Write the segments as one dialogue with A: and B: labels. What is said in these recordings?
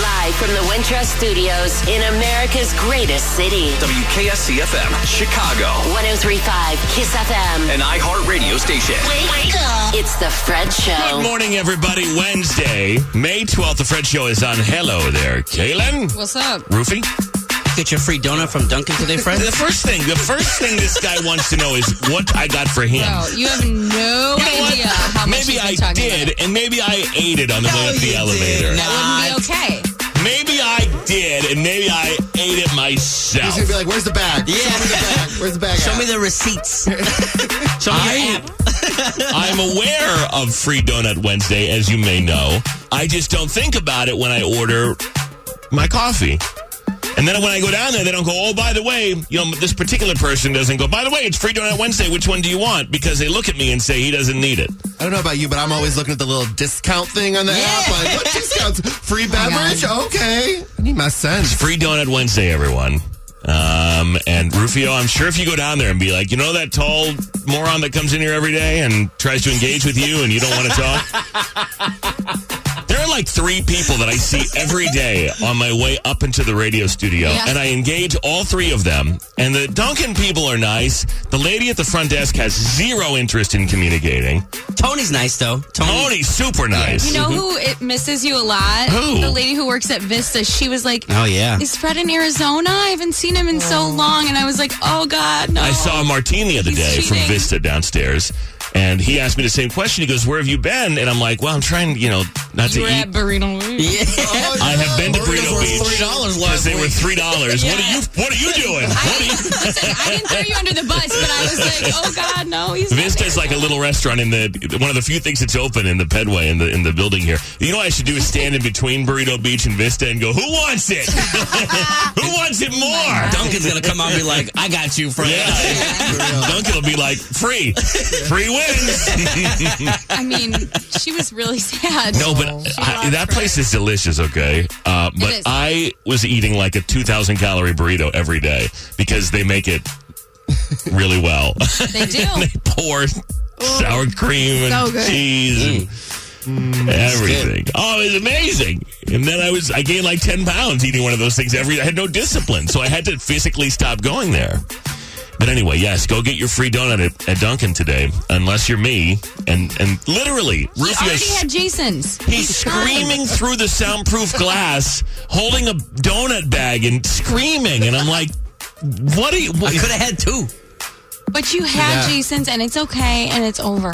A: Live from the Wintrust Studios in America's greatest city.
B: WKSCFM, Chicago,
A: 1035 Kiss FM.
B: an iHeartRadio station.
A: Wake up. It's the Fred
C: Good
A: Show.
C: morning, everybody. Wednesday, May 12th. The Fred Show is on. Hello there, Kaylin.
D: What's up?
C: Roofie?
E: Get your free donut from Dunkin' today, Fred?
C: The first thing, the first thing this guy wants to know is what I got for him.
D: Oh, you have no
C: you know what?
D: idea how much
C: maybe
D: you've been
C: I
D: talking
C: did,
D: About.
C: and maybe I ate it on the way up the elevator.
D: That wouldn't be okay.
C: Maybe I did, and maybe I ate it
F: He's
C: myself.
F: gonna be like, "Where's the bag?
E: Yeah.
F: Show me the bag. Where's the bag?
E: Show
F: at?"
E: me the receipts. Show me your
C: I,
E: app.
C: I'm aware of Free Donut Wednesday, as you may know. I just don't think about it when I order my coffee. And then when I go down there, they don't go, oh, by the way, you know, this particular person doesn't go, by the way, it's Free Donut Wednesday. Which one do you want? Because they look at me and say, he doesn't need it.
F: I don't know about you, but I'm always looking at the little discount thing on the app. Like, what discounts? Free beverage? okay. I need my sense.
C: Free Donut Wednesday, everyone. Um, and Rufio, I'm sure if you go down there and be like, you know, that tall moron that comes in here every day and tries to engage with you and you don't want to talk. There are like three people that I see every day on my way up into the radio studio,
D: Yeah.
C: and I engage all three of them. And the Duncan people are nice. The lady at the front desk has zero interest in communicating.
E: Tony's nice, though. Tony.
C: Tony's super nice.
D: You know who it misses you a lot?
C: Mm-hmm. Who?
D: The lady who works at Vista. She was like,
E: Oh, yeah.
D: "Is Fred in Arizona? I haven't seen him in so long." And I was like, "Oh God, no!"
C: I saw Martin the other
D: He's
C: day from
D: cheating.
C: Vista downstairs, and he asked me the same question. He goes, "Where have you been?" And I'm like, "Well, I'm trying, you know, not
D: you were
C: to
D: at
C: eat."
D: Burrito. Louie.
E: Yeah.
C: I have been to
E: Burritos
C: Burrito
E: were $3
C: Beach because
E: last
C: they were
E: week.
C: three dollars. What are you? What are you doing? What are you?
D: Listen, I didn't throw you under the bus, but I was like, "Oh God, no!" He's not
C: Vista is like a little restaurant in the one of the few things that's open in the Pedway in the in the building here. You know what I should do is stand in between Burrito Beach and Vista and go, "Who wants it? Who wants it more?"
E: Duncan's going to come out and be like, I got you, Fred.
C: Yeah, Duncan will be like, "Free, free wins."
D: there. I mean, she was really sad.
C: No, but
D: She
C: I,
D: lost
C: that
D: Fred.
C: place is delicious, okay? Uh, but
D: is.
C: I was eating like a 2,000 calorie burrito every day because they make it really well.
D: They do.
C: they pour sour cream and
D: so good.
C: cheese
E: Mm.
C: and Mm. everything. Oh, it was amazing. And then I was, I gained like 10 pounds eating one of those things every, I had no discipline. So I had to physically stop going there. But anyway, yes, go get your free donut at, at Dunkin' today, unless you're me. And and literally,
D: He
C: Rufio
D: already had Jason's.
C: He's
D: fine.
C: screaming through the soundproof glass, holding a donut bag and screaming. And I'm like, what are you?
E: I
C: What,
E: could have had two.
D: But you had
F: Yeah.
D: Jason's, and it's okay, and it's over.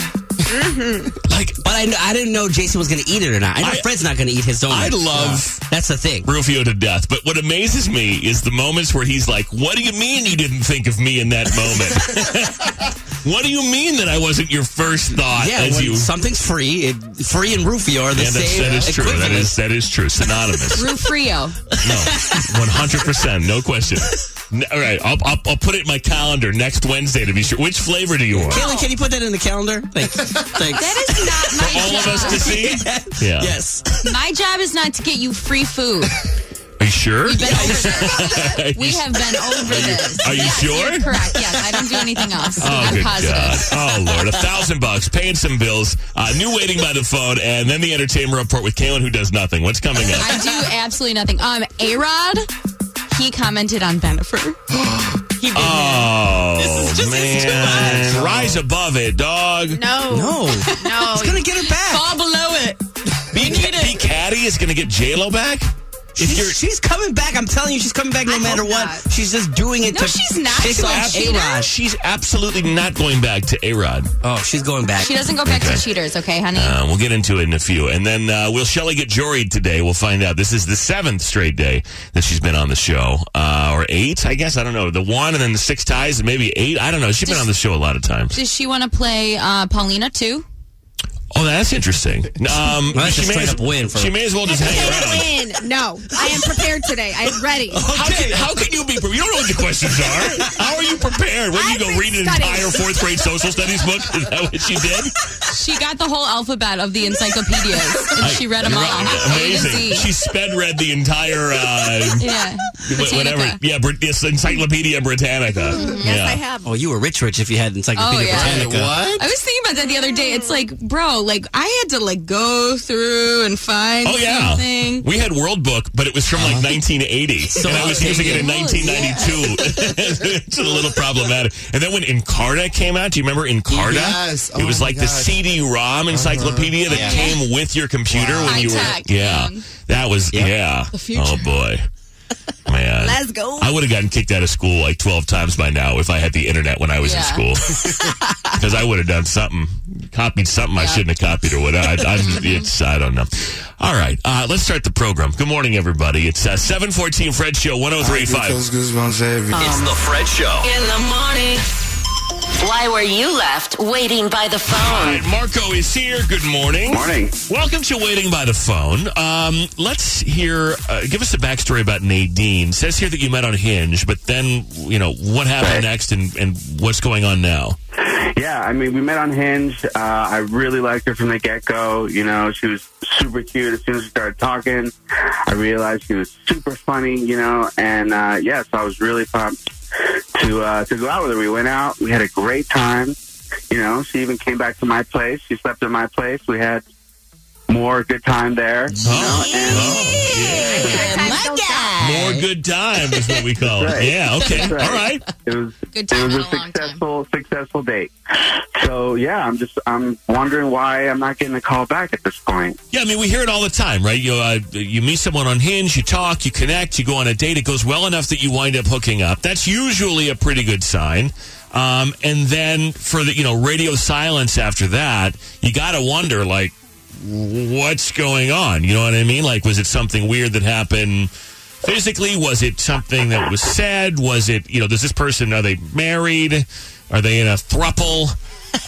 C: like,
E: But I, kn- I didn't know Jason was going to eat it or not. I know
C: I-
E: Fred's not going to eat his donut.
C: I love-
E: That's the thing.
C: Rufio to death. But what amazes me is the moments where he's like, what do you mean you didn't think of me in that moment? what do you mean that I wasn't your first thought
E: Yeah,
C: as
E: when
C: you.
E: something's free, it, free and Rufio are the
C: Yeah, that's,
E: same.
C: that is true. That
E: equivalent.
C: is that is true. Synonymous.
D: Rufrio.
C: No, one hundred percent, no question. N- All right, I'll, I'll I'll put it in my calendar next Wednesday to be sure. Which flavor do you want?
E: Caitlin, can you put that in the calendar? Thanks. Thanks.
D: That is not my
C: All
D: job.
C: of us to see. Yeah.
E: Yes.
D: My job is not to get you free food.
C: Are you sure?
D: Been over this.
C: Are you
D: We have been over this.
C: Are you
D: Yes,
C: sure?
D: You're correct. Yes, I don't do anything else.
C: Oh,
D: I'm
C: good
D: positive.
C: God. Oh, Lord. A thousand bucks, paying some bills, uh, new waiting by the phone, and then the entertainment report with Kaylin, who does nothing. What's coming up?
D: I do absolutely nothing. Um, A Rod, he commented on Benifer. he did.
C: Oh,
E: This is just- it's too
C: man. Rise above it, dog.
D: no.
E: No.
D: No.
E: He's going to get it back.
D: Fall below it.
C: Be, be catty is going to get J-Lo back? If you're,
E: She's, she's coming back. I'm telling you, she's coming back no
D: I
E: matter
D: hope
E: what.
D: not.
E: She's just doing it
D: No,
E: to
D: she's not.
E: piss
D: She won't
E: off
D: cheat her.
E: A-Rod.
C: she's absolutely not going back to A-Rod.
E: Oh, she's going back.
D: She doesn't go back
C: Okay.
D: to cheaters, okay, honey?
C: Uh, we'll get into it in a few. And then uh, will Shelly get joried today? We'll find out. This is the seventh straight day that she's been on the show. Uh, or eight, I guess. I don't know. The one and then the six ties and maybe eight. I don't know. She's been
D: Does-
C: on the show a lot of times.
D: Does she want to play uh, Paulina too?
C: Oh, that's interesting. Um,
E: Well, that's a
C: she, may as,
E: straight-up win for-
C: she may as well just hang around.
G: in. No, I am prepared today. I'm ready.
C: How can, how can you be prepared? You don't know what the questions are. How are you prepared? What, do you
G: I've
C: go
G: been
C: read an
G: studying.
C: entire fourth grade social studies book? Is that what she did?
D: She got the whole alphabet of the encyclopedias and she read them all.
C: You're right.
D: A to Z.
C: Amazing. She sped read the entire uh,
D: yeah.
C: Wh- whatever.
D: Britannica.
C: Yeah, Brit- yes, Encyclopedia Britannica. yeah.
G: I have.
E: Oh, you were rich, rich if you had Encyclopedia
D: Oh, yeah.
E: Britannica.
F: What?
D: I was thinking about that the other day. It's like, bro, know. Like I had to like go through and find
C: Oh yeah,
D: something.
C: we had World Book, but it was from like
E: Uh-huh.
C: 1980, so and I was using it in
D: outdated.
C: 1992. it's a little problematic. And then when Encarta came out, do you remember Encarta?
F: Yes. Oh
C: it was
F: my
C: like the
F: God.
C: CD-ROM encyclopedia that
E: Yeah.
C: came with your computer when you were.
D: High-tech,
C: yeah,
D: man.
C: that was yeah.
D: future.
C: Oh boy. Man.
G: Let's go.
C: I would have gotten kicked out of school like 12 times by now if I had the internet when I was
D: Yeah.
C: in school. Because I would have done something, copied something I shouldn't have copied or what. I, I'm, it's, I don't know. All right, uh, let's start the program. Good morning, everybody. It's uh, 714 Fred Show, 1035.
H: Those goosebumps every
B: It's the Fred Show.
A: In the morning. Why were you left waiting by the
C: All
A: phone?
C: right, Marco is here. Good morning.
B: Morning.
C: Welcome to Waiting by the Phone. Um, let's hear, uh, give us the backstory about Nadine. Says here that you met on Hinge, but then, you know, what happened
I: Right.
C: next and, and what's going on now?
I: Yeah, I mean, we met on Hinge. Uh, I really liked her from the get go. You know, she was super cute. As soon as we started talking, I realized she was super funny. You know, and uh, yeah, so I was really pumped to uh, to go out with her. We went out. We had a great time. You know, she even came back to my place. She slept in my place. We had more good time there. You know, and
C: Oh, yeah.
D: My guy.
C: More good time is what we call it.
I: That's right.
C: Yeah, okay.
I: That's right.
C: All right.
I: it was
D: Good
I: it
D: time,
I: was
D: not
I: a
D: a long time.
I: successful successful date. So yeah, I'm just I'm wondering why I'm not getting a call back at this point.
C: Yeah, I mean, we hear it all the time, right? You uh, you meet someone on Hinge, you talk, you connect, you go on a date. It goes well enough that you wind up hooking up. That's usually a pretty good sign. Um, and then for the you know radio silence after that, you gotta wonder like what's going on. You know what I mean? Like, was it something weird that happened? Physically, was it something that was said? Was it, you know, does this person, are they married? Are they in a thruple?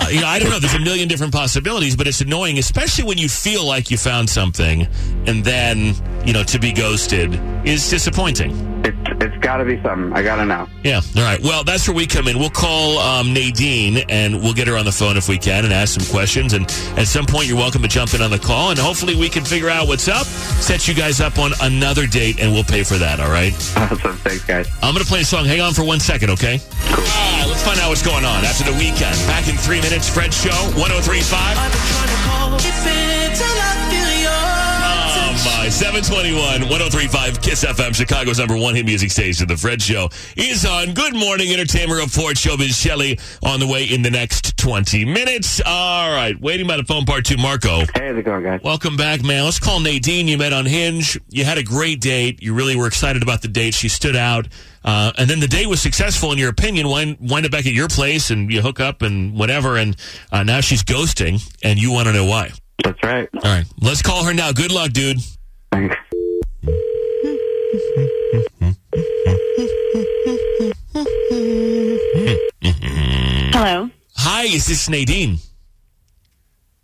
C: Uh, you know, I don't know. There's a million different possibilities, but it's annoying, especially when you feel like you found something and then, you know, to be ghosted is disappointing.
I: It's it's got to be something. I gotta know.
C: Yeah. All right. Well, that's where we come in. We'll call um, Nadine and we'll get her on the phone if we can and ask some questions. And at some point, you're welcome to jump in on the call and hopefully we can figure out what's up, set you guys up on another date, and we'll pay for that. All right.
I: Awesome. Thanks, guys.
C: I'm going to play a song. Hang on for one second, okay? All right, let's find out what's going on after the weekend. Back in three minutes, Fred Show, 1035. Oh my, 721 1035 Kiss FM, Chicago's number one hit music station. The Fred Show is on Good Morning Entertainment Report. Showbiz Shelley on the way in the next 20 minutes. All right, waiting by the phone part two, Marco.
I: Hey, how's it going, guys?
C: Welcome back, man. Let's call Nadine. You met on Hinge. You had a great date. You really were excited about the date. She stood out. Uh, and then the date was successful, in your opinion. Wind, wind up back at your place and you hook up and whatever. And uh, now she's ghosting and you want to know why.
I: That's right.
C: All right. Let's call her now. Good luck, dude.
I: Thanks.
C: Mm.
J: Hello.
C: Hi, is this Nadine?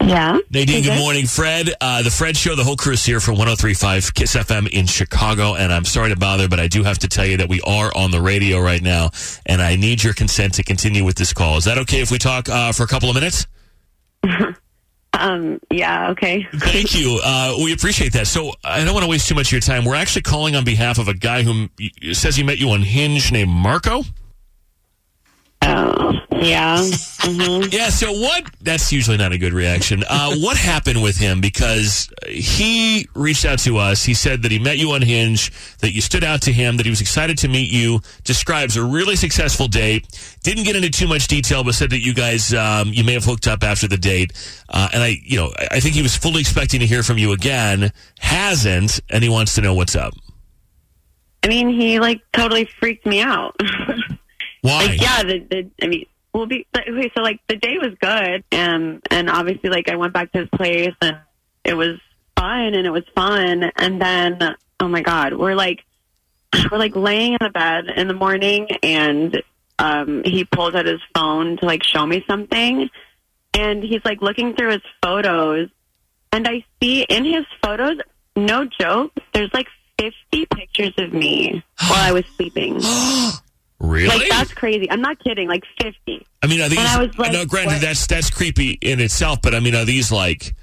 J: Yeah.
C: Nadine,
J: Is
C: good
J: it?
C: morning, Fred. Uh, the Fred Show, the whole crew is here for 1035 Kiss FM in Chicago. And I'm sorry to bother, but I do have to tell you that we are on the radio right now. And I need your consent to continue with this call. Is that okay if we talk uh, for a couple of minutes?
J: Um. Yeah. Okay.
C: Thank you. Uh, we appreciate that. So I don't want to waste too much of your time. We're actually calling on behalf of a guy who m- says he met you on Hinge named Marco.
J: Oh. Yeah. hmm
C: Yeah, so what? That's usually not a good reaction. Uh, what happened with him? Because he reached out to us. He said that he met you on Hinge, that you stood out to him, that he was excited to meet you, describes a really successful date, didn't get into too much detail, but said that you guys, um, you may have hooked up after the date. Uh, and I, you know, I I think he was fully expecting to hear from you again, hasn't, and he wants to know what's up.
J: I mean, he like totally freaked me out.
C: Why?
J: like, yeah. The, the I mean, we'll be but- okay. So like the day was good, and and obviously like I went back to his place, and it was fun, and it was fun, and then oh my god, we're like we're like laying in the bed in the morning, and um, he pulls out his phone to like show me something, and he's like looking through his photos, and I see in his photos, no joke, there's like 50 pictures of me while I was sleeping.
C: Really?
J: Like that's crazy. I'm not kidding. Like 50.
C: I mean, are these?
J: And I was like,
C: no, granted,
J: what?
C: that's that's creepy in itself. But I mean, are these like?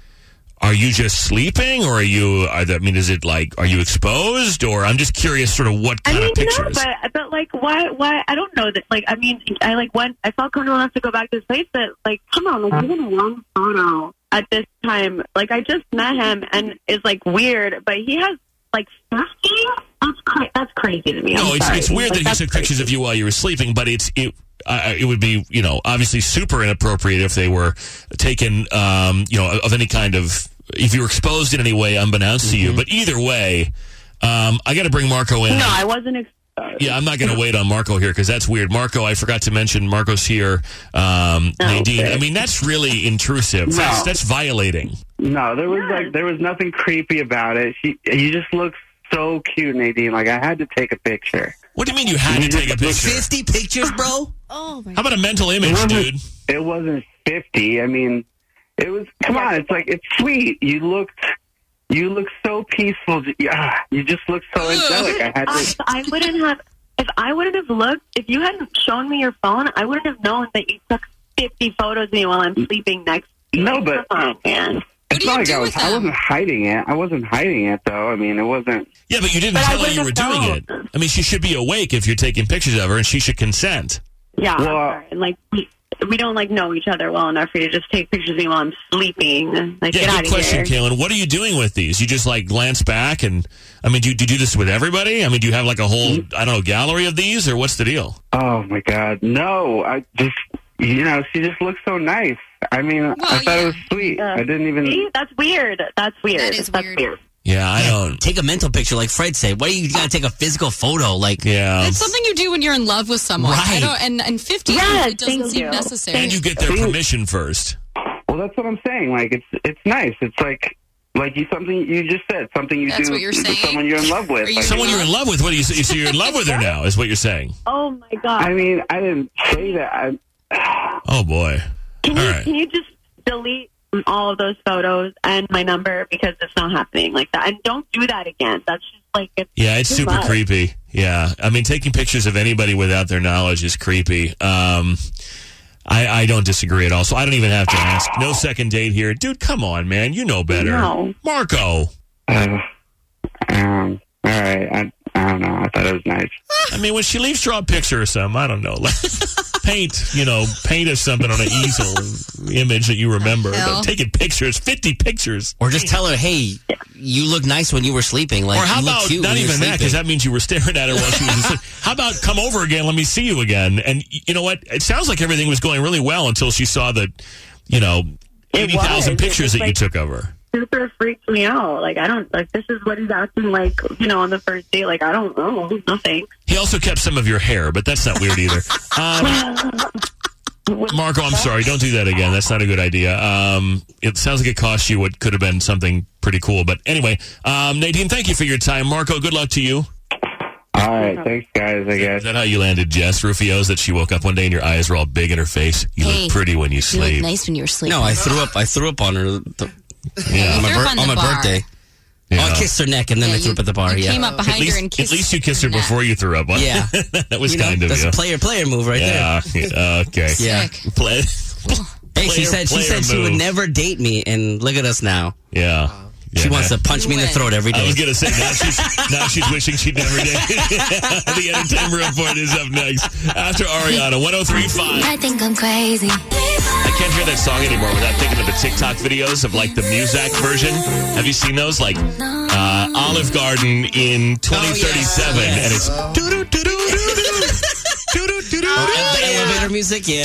C: Are you just sleeping, or are you? Are the, I mean, is it like? Are you exposed, or I'm just curious, sort of what
J: I
C: kind
J: mean,
C: of pictures?
J: no, but but like, why? Why? I don't know that. Like, I mean, I like went. I felt comfortable enough to go back to this place, but like, come on, like, even one photo. at this time, like I just met him and it's like weird, but he has like fifty. That's cra- that's crazy to me. I'm
C: No, it's
J: sorry.
C: it's weird
J: Like,
C: that he
J: that's
C: took
J: crazy.
C: pictures of you while you were sleeping, but it's it. Uh, it would be, you know, obviously super inappropriate if they were taken, um, you know, of any kind of, if you were exposed in any way unbeknownst to you. But either way, um, I got to bring Marco in.
J: Mm-hmm. No, I wasn't. Ex-
C: Yeah, I'm not going to wait on Marco here because that's weird. Marco, I forgot to mention Marco's here. Um,
J: Oh,
C: Nadine, I mean, that's really intrusive. That's, that's violating.
I: No, there was like there was nothing creepy about it. She, you just looked so cute, Nadine. Like I had to take a picture.
C: What do you mean you had to take a picture?
E: 50 pictures, bro?
G: Oh my
C: How about a mental image, dude?
I: It wasn't fifty. I mean, it was. Come on, it's like it's sweet. You looked, you looked so peaceful. Yeah, you just looked so angelic. I had
J: I,
I: to.
J: I wouldn't have. If I wouldn't have looked, if you hadn't shown me your phone, I wouldn't have known that you took 50 photos of me while I'm sleeping next to you.
I: No, but-
J: Come on, man.
I: It's
D: do you
I: not like
D: do
I: I
D: with
I: was. I
D: them?
I: wasn't hiding it. I wasn't hiding it though. I mean, it wasn't.
C: Yeah, but you didn't
J: But I
C: tell her you were
J: wouldn't have
C: doing it. I mean, she should be awake if you're taking pictures of her, and she should consent.
J: Yeah, I'm
I: Well, uh,
J: sorry. like we, we don't like know each other well enough for you to just take pictures of me while I'm sleeping. Like, get
C: Yeah,
J: out
C: good
J: of
C: question,
J: here.
C: Kaylin. What are you doing with these? You just like glance back, and I mean, do you, do you do this with everybody? I mean, do you have like a whole I don't know gallery of these, or what's the deal?
I: Oh my God, no! I just, you know, she just looked so nice. I mean, I thought
D: yeah.
I: it was sweet.
J: Yeah.
I: I didn't even.
J: See, that's weird. That's weird.
D: That is
J: That's
D: weird.
C: Yeah, I don't.
E: Take a mental picture, like Fred said. Why do you gotta take a physical photo? Like,
C: Yeah, um,
D: It's something you do when you're in love with someone. I
E: Right.
D: don't, and and 50
J: Yes,
D: it doesn't
J: thank
D: seem
J: you.
D: necessary.
C: and you get their permission first.
I: Well, that's what I'm saying. Like, it's it's nice. It's like like you something you just said. Something you
D: That's
I: do
D: what you're
I: with
D: saying?
I: someone you're in love with.
D: Are you
I: Like,
C: Someone you're in love with. What do you? So you're in love with her now? Is what you're saying?
J: Oh my god.
I: I mean, I didn't say that. I,
C: Oh boy.
J: Can
C: All
J: you
C: right.
J: can you just delete all of those photos and my number because it's not happening like that? And don't do that again. That's just like it's
C: Yeah, it's
J: too
C: super
J: much.
C: creepy. Yeah, I mean, taking pictures of anybody without their knowledge is creepy. Um, I, I don't disagree at all. So I don't even have to ask. No second date here, dude. Come on, man. You know better,
J: No.
C: Marco.
I: uh, um. All right. I I don't know. I thought it was nice.
C: I mean, when she leaves, draw a picture or something. I don't know. Like, paint, you know, paint us something on an easel image that you remember.
D: Hell.
C: Don't Take it pictures, fifty pictures.
E: or just tell her, hey, you look nice when you were sleeping. Like,
C: Or how
E: you look
C: about
E: cute
C: not
E: when
C: even
E: you're
C: that because that means you were staring at her while she was asleep. How about come over again? Let me see you again. And y- you know what? It sounds like everything was going really well until she saw the, you know,
J: It
C: eighty thousand
J: was. It
C: pictures
J: was
C: that you
J: like-
C: took of her.
J: super freaked me out. Like I don't like this is what he's acting like, you know, on the first date. Like I don't know, nothing.
C: He also kept some of your hair, but that's not weird either. Um, Marco, I'm sorry. Don't do that again. That's not a good idea. Um, it sounds like it cost you what could have been something pretty cool. But anyway, um, Nadine, thank you for your time. Marco, good luck to you.
I: All right. Thanks, guys. I
C: Is
I: guess.
C: that how you landed Jess Rufio's? That she woke up one day and your eyes were all big in her face? You
A: Hey.
C: look pretty when
A: You
C: you
A: look
C: sleep.
A: nice when you're sleeping.
E: No, I threw up. I threw up on her th-
C: Yeah.
E: on my,
D: threw up
E: bir-
D: on
E: on my
D: the bar.
E: birthday.
C: Yeah.
E: Oh, I kissed her neck and then I threw up at the bar.
D: you
E: Yeah.
D: came up behind
C: at, least,
D: her and kissed
C: at least you kissed her before you threw up.
E: Yeah.
C: that was
E: You know,
C: kind of
E: that's
C: you.
E: a player player move right
C: yeah. yeah. Okay.
E: there. Yeah.
D: Sick.
C: Play-
E: Hey, she
C: Player-
E: said she
C: player
E: said she would
C: move.
E: never date me, and look at us now.
C: Yeah.
E: She
C: Yeah.
E: wants to punch me in the
D: Win.
E: throat every
C: I
E: day.
C: was gonna say now she's now she's wishing she never did. the entertainment report is up next after Ariana 103.5.
A: I think I'm crazy.
C: I can't hear that song anymore without thinking of the TikTok videos of like the Muzak version. Have you seen those? Like uh, Olive Garden in 2037, and it's
E: Doo doo doo doo doo doo doo doo doo. Elevator music, yeah.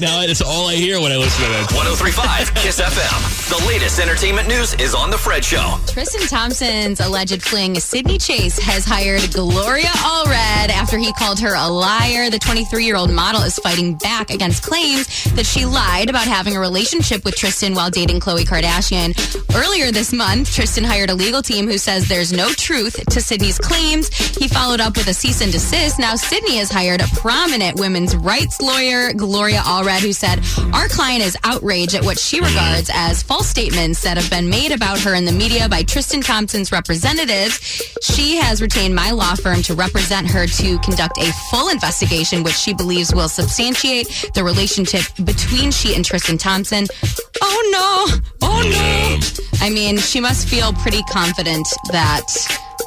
C: now it's all I hear when I listen to that.
B: 1035 Kiss FM. The latest entertainment news is on The Fred Show.
D: Tristan Thompson's alleged fling, Sydney Chase, has hired Gloria Allred after he called her a liar. The 23 year old model is fighting back against claims that she lied about having a relationship with Tristan while dating Khloe Kardashian. Earlier this month, Tristan hired a legal team who says there's no truth to Sydney's claims. He followed up with a cease and desist. Now, Sydney has hired a prominent women's rights lawyer, Gloria Allred, who said, Our client is outraged at what she regards as false statements that have been made about her in the media by Tristan Thompson's representatives. She has retained my law firm to represent her to conduct a full investigation, which she believes will substantiate the relationship between she and Tristan Thompson. Oh no! Oh no! I mean, she must feel pretty confident that.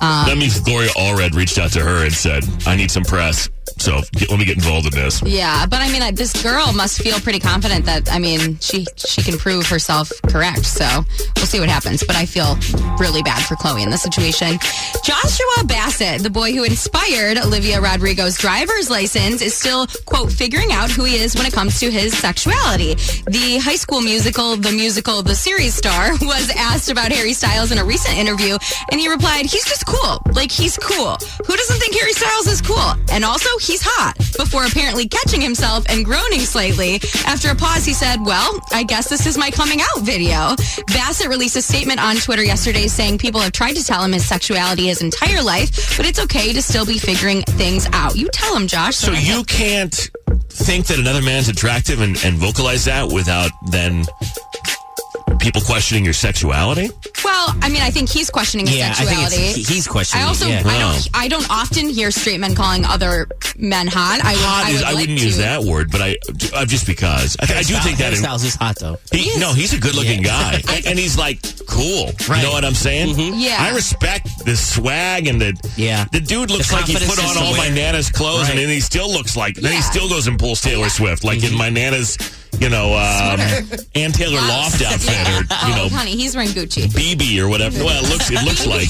D: um,
C: Um, That means Gloria Allred reached out to her and said, "I need some press." so get, let me get involved in this.
D: Yeah, but I mean, I, this girl must feel pretty confident that I mean, she she can prove herself correct. So we'll see what happens. But I feel really bad for Chloe in this situation. Joshua Bassett, the boy who inspired Olivia Rodrigo's driver's license, is still quote figuring out who he is when it comes to his sexuality. The High School Musical, the musical, the series star was asked about Harry Styles in a recent interview, and he replied, "He's just cool. Like he's cool. Who doesn't think Harry Styles is cool? And also, he's hot." Before apparently catching himself and groaning slightly, after a pause, he said, "Well, I guess this is my coming out video." Bassett released a statement on Twitter yesterday saying people have tried to tell him his sexuality his entire life, but it's okay to still be figuring things out. You tell him, Josh.
C: So you can't think that another man's attractive and, and vocalize that without then people questioning your sexuality?
D: Well, I mean, I think he's questioning his
E: Yeah, I
D: sexuality.
E: think it's, he- he's questioning.
D: I
E: it,
D: also
E: yeah.
D: I
C: Wow.
D: don't I don't often hear straight men calling other men hot. I would,
C: Hot
D: I,
C: is,
D: would
C: I
D: like
C: wouldn't
D: to.
C: use that word, but I, I just because I, I do think that
E: Harry
C: in,
E: Styles is hot though.
C: He,
D: He
C: no, he's a good-looking guy, and, and he's like cool.
E: Right.
C: You know what I'm saying?
E: Mm-hmm.
D: Yeah.
C: I respect the swag and the
E: Yeah.
C: The dude looks
E: The
C: like he put
E: confidence is
C: on
E: to
C: all my
E: wear.
C: nana's clothes, and
E: Right.
C: then he still looks like. Then he
D: Yeah.
C: still goes and pulls Taylor Swift, like in my nana's, you know, um, Ann Taylor Loft outfit, or you
D: oh,
C: know,
D: honey, he's wearing Gucci.
C: BB or whatever. Well, it looks it looks like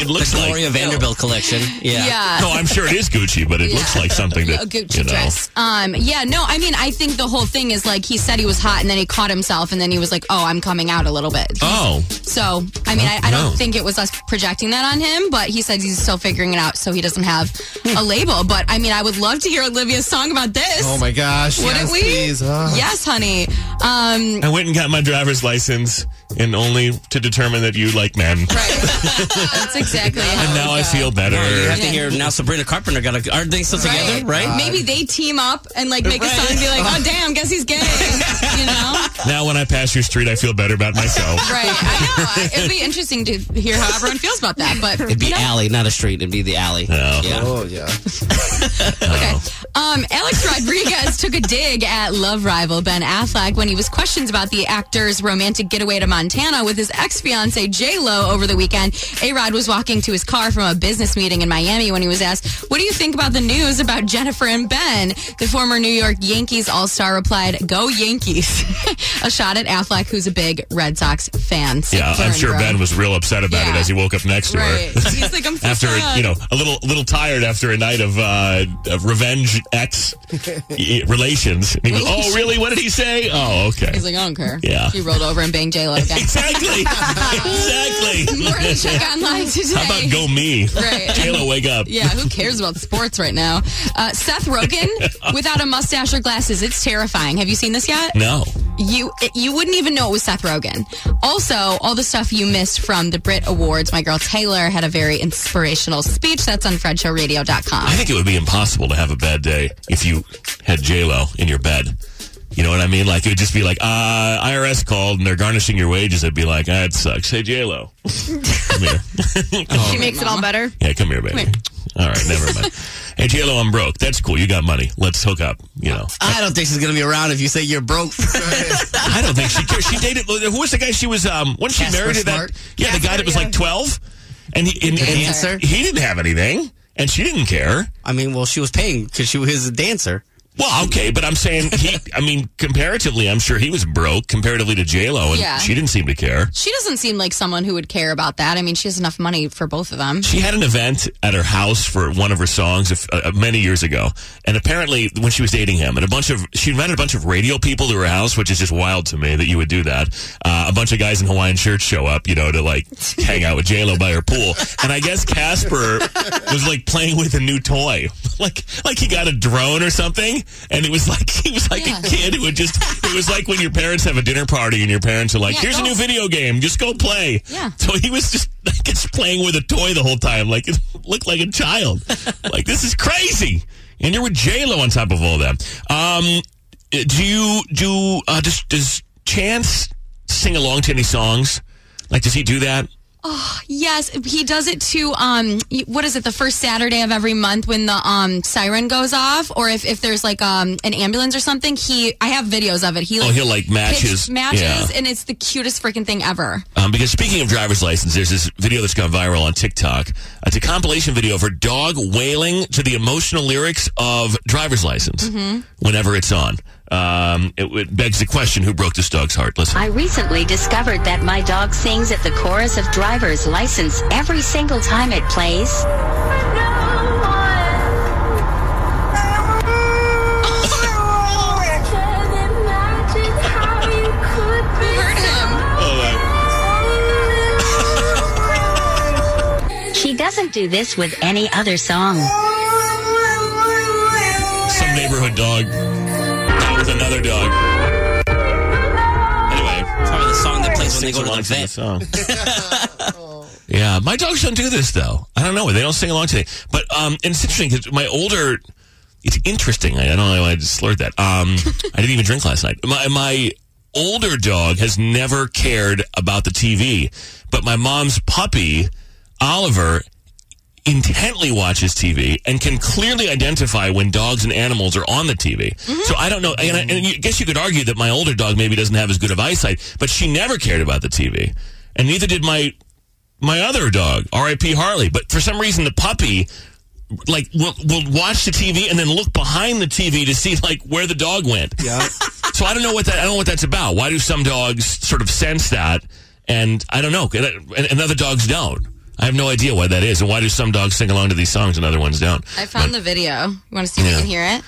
C: it looks like.
E: Gloria Vanderbilt collection. Yeah.
D: Yeah.
C: No, I'm sure it is Gucci, but it
D: Yeah.
C: looks like something that
D: A Gucci
C: you know.
D: dress. Um, yeah, no, I mean, I think the whole thing is like he said he was hot, and then he caught himself, and then he was like, "Oh, I'm coming out a little bit."
C: Oh,
D: So, I mean, I, I
C: no.
D: don't think it was us projecting that on him, but he said he's still figuring it out, so he doesn't have a label. But I mean, I would love to hear Olivia's song about this.
F: Oh my gosh.
D: Wouldn't
F: yes,
D: we?
F: please. Ah.
D: Yes, honey. Um,
C: I went and got my driver's license, and only to determine that you like men.
D: that's exactly.
C: And
D: how
C: now
D: it
C: I
D: goes.
C: feel better.
E: Or you have to
D: Yeah.
E: hear now. Sabrina Carpenter got. A, aren't they still together? Right.
D: Maybe they team up and like make a
E: Right.
D: song and be like, oh damn, guess he's gay. you know?
C: Now when I pass your street, I feel better about myself.
D: Right. I know. It'd be interesting to hear how everyone feels about that. But
E: It'd be alley, not a street. It'd be the alley.
C: No.
E: Yeah.
F: Oh, yeah.
D: Okay. Um, Alex Rodriguez took a dig at love rival Ben Affleck when he was questioned about the actor's romantic getaway to Montana with his ex fiancee J Lo over the weekend. A Rod was walking to his car from a business meeting in Miami when he was asked, "What do you think about the news about Jennifer and Ben?" The former New York Yankees all star replied, "Go Yankees!" a shot at Affleck, who's a big Red Sox fan. Sick
C: Yeah, I'm
D: burn,
C: sure
D: bro.
C: Ben was real upset about it
D: Yeah.
C: as he woke up next to
D: Right.
C: her.
D: He's like, "I'm so
C: After
D: sad."
C: you know, a little little tired after a night of, uh, of revenge ex y- relations, and he was, "Oh, really? What did he say? Oh, okay,
D: He's like, I don't care.
C: Yeah.
D: She rolled over and banged J Lo again.
C: exactly, exactly."
D: Morning check online today.
C: How about go me?
D: Right.
C: Taylor, wake up.
D: Yeah, who cares about sports right now? Uh, Seth Rogen without a mustache or glasses, it's terrifying. Have you seen this yet?
C: No.
D: You it- you wouldn't even know it was Seth Rogen. Also, all the stuff you missed from the Brit Awards. My girl Taylor had a very inspirational speech. That's on
C: I
D: FredShowRadio.com.
C: think it would be impossible to have a bad day if you had J Lo in your bed. You know what I mean? Like it would just be like, uh, IRS called and they're garnishing your wages. I'd be like, ah, it sucks. Hey J Lo, come here.
G: She makes it all better.
C: Yeah, come here, baby. All right, never mind. hey J Lo, I'm broke. That's cool. You got money. Let's hook up. You know,
E: I don't think she's gonna be around if you say you're broke.
C: I don't think she cares. She dated. Who was the guy she was? Um, when she
E: Casper
C: married to that?
E: Smart?
C: Yeah, the guy that was like 12, and he and, and
E: dancer?
C: He didn't have anything, and she didn't care.
E: I mean, well, she was paying because she was a dancer.
C: Well, okay, but I'm saying he. I mean, comparatively, I'm sure he was broke comparatively to J Lo, and
D: Yeah.
C: she didn't seem to care.
D: She doesn't seem like someone who would care about that. I mean, she has enough money for both of them.
C: She had an event at her house for one of her songs if- uh, many years ago, and apparently when she was dating him, and a bunch of she invited a bunch of radio people to her house, which is just wild to me that you would do that. Uh, a bunch of guys in Hawaiian shirts show up, you know, to like hang out with J Lo by her pool, and I guess Casper was like playing with a new toy, like like he got a drone or something, and it was like he was like
D: Yeah.
C: a kid who would just it was like when your parents have a dinner party and your parents are like,
D: Yeah,
C: "Here's a
D: go.
C: new video game, just go play."
D: Yeah.
C: So he was just like just playing with a toy the whole time, like it looked like a child. like this is crazy. And you're with J Lo on top of all that. Um, do you do uh, does does Chance sing along to any songs? Like, does he do that?
D: Oh, Yes, he does it to um what is it the first Saturday of every month when the um siren goes off or if, if there's like um an ambulance or something he I have videos of it he
C: Oh, he'll like match
D: pitch
C: his
D: matches
C: Yeah.
D: and it's the cutest freaking thing ever.
C: Um, because speaking of driver's license, there's this video that's gone viral on TikTok. It's a compilation video of a dog wailing to the emotional lyrics of driver's license whenever it's on. Um, it, it begs the question who broke this dog's heart? Listen.
A: I recently discovered that my dog sings at the chorus of driver's license every single time it plays.
D: Heard him.
A: She doesn't do this with any other song.
C: Some neighborhood dog. Not with another dog. Anyway.
E: Probably the song that plays when they
C: sings
E: go to
C: along
E: the
C: to the
E: vet.
C: song. yeah, my dogs don't do this though. I don't know. They don't sing along today. But um, and it's interesting because my older, it's interesting. I, I don't know why I just slurred that. Um, I didn't even drink last night. My my older dog has never cared about the TV, but my mom's puppy Oliver intently watches TV and can clearly identify when dogs and animals are on the TV. So I don't know. And I, and you, guess you could argue that my older dog maybe doesn't have as good of eyesight, but she never cared about the TV, and neither did my my other dog, R.I.P. Harley. But for some reason, the puppy. Like will will watch the TV and then look behind the TV to see like where the dog went.
F: Yeah.
C: So I don't know what that I don't know what that's about. Why do some dogs sort of sense that, and I don't know, and, and other dogs don't. I have no idea why that is, and why do some dogs sing along to these songs and other ones don't?
D: I found the video. You want to see if
C: Yeah.
D: you can hear it?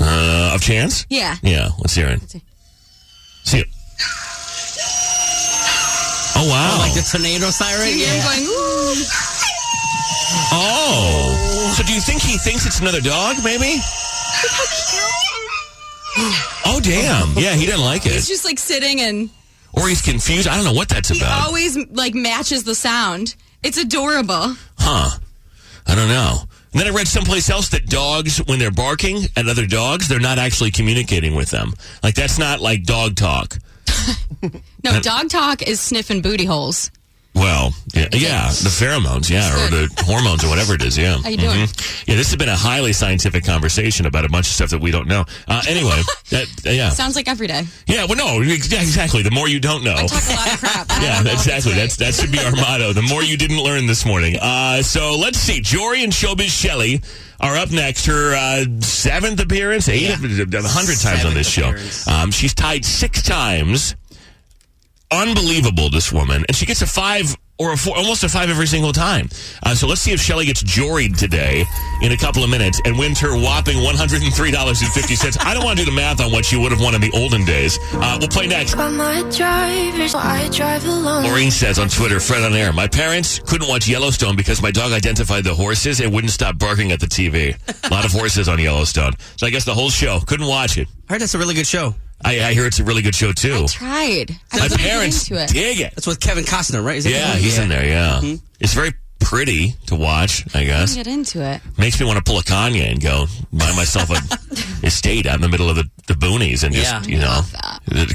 C: Uh, of chance?
D: Yeah.
C: Yeah. Let's hear it.
D: see.
C: See it. Oh wow!
E: Like the tornado siren?
D: You hear him going "Ooh."
C: Oh. So do you think he thinks it's another dog, maybe? Oh, damn. Yeah, he didn't like
D: He's
C: it.
D: just like sitting and
C: Or he's confused. I don't know what that's
D: he
C: about.
D: always like matches the sound. It's adorable.
C: Huh. I don't know. And then I read someplace else that dogs, when they're barking at other dogs, they're not actually communicating with them. Like, that's not like dog talk.
D: No, dog talk is sniffing booty holes.
C: Well, yeah, yeah, the pheromones, yeah, or the hormones or whatever it is, yeah. How
D: you doing?
C: Yeah, this has been a highly scientific conversation about a bunch of stuff that we don't know. Uh, anyway, that, yeah,
D: Sounds like every day.
C: yeah. Well, no, ex- yeah, exactly. The more you don't know,
D: I talk a lot of crap. I
C: yeah,
D: don't know if it's
C: exactly.
D: right.
C: That's that should be our motto. The more you didn't learn this morning. Uh, so let's see. Jory and Showbiz Shelley are up next. Her uh, seventh appearance, eight, a hundred times on
E: Seventh
C: this show.
E: appearance.
C: Um, she's tied six times. Unbelievable, this woman, and she gets a five or a four, almost a five every single time. Uh, so let's see if Shelley gets joried today in a couple of minutes and wins her whopping one hundred and three dollars and fifty cents. I don't want to do the math on what she would have won in the olden days. Uh, we'll play next. Maureen says on Twitter, Fred on air, my parents couldn't watch Yellowstone because my dog identified the horses and wouldn't stop barking at the TV. A lot of horses on Yellowstone. So I guess the whole show couldn't watch it.
E: I heard that's a really good show.
C: I, I hear it's a really good show too.
D: tried. I
C: My
D: couldn't get
C: parents
D: into it.
C: dig it.
E: That's with Kevin Costner, right? Is Mm-hmm. that
C: Yeah,
E: Kevin?
C: he's in there. Yeah, it's very pretty to watch. I
D: Couldn't
C: guess
D: Get into it.
E: Mm-hmm.
C: makes me want to pull a Kanye and go buy myself a estate out in the middle of the, the boonies and just
E: Yeah.
C: you know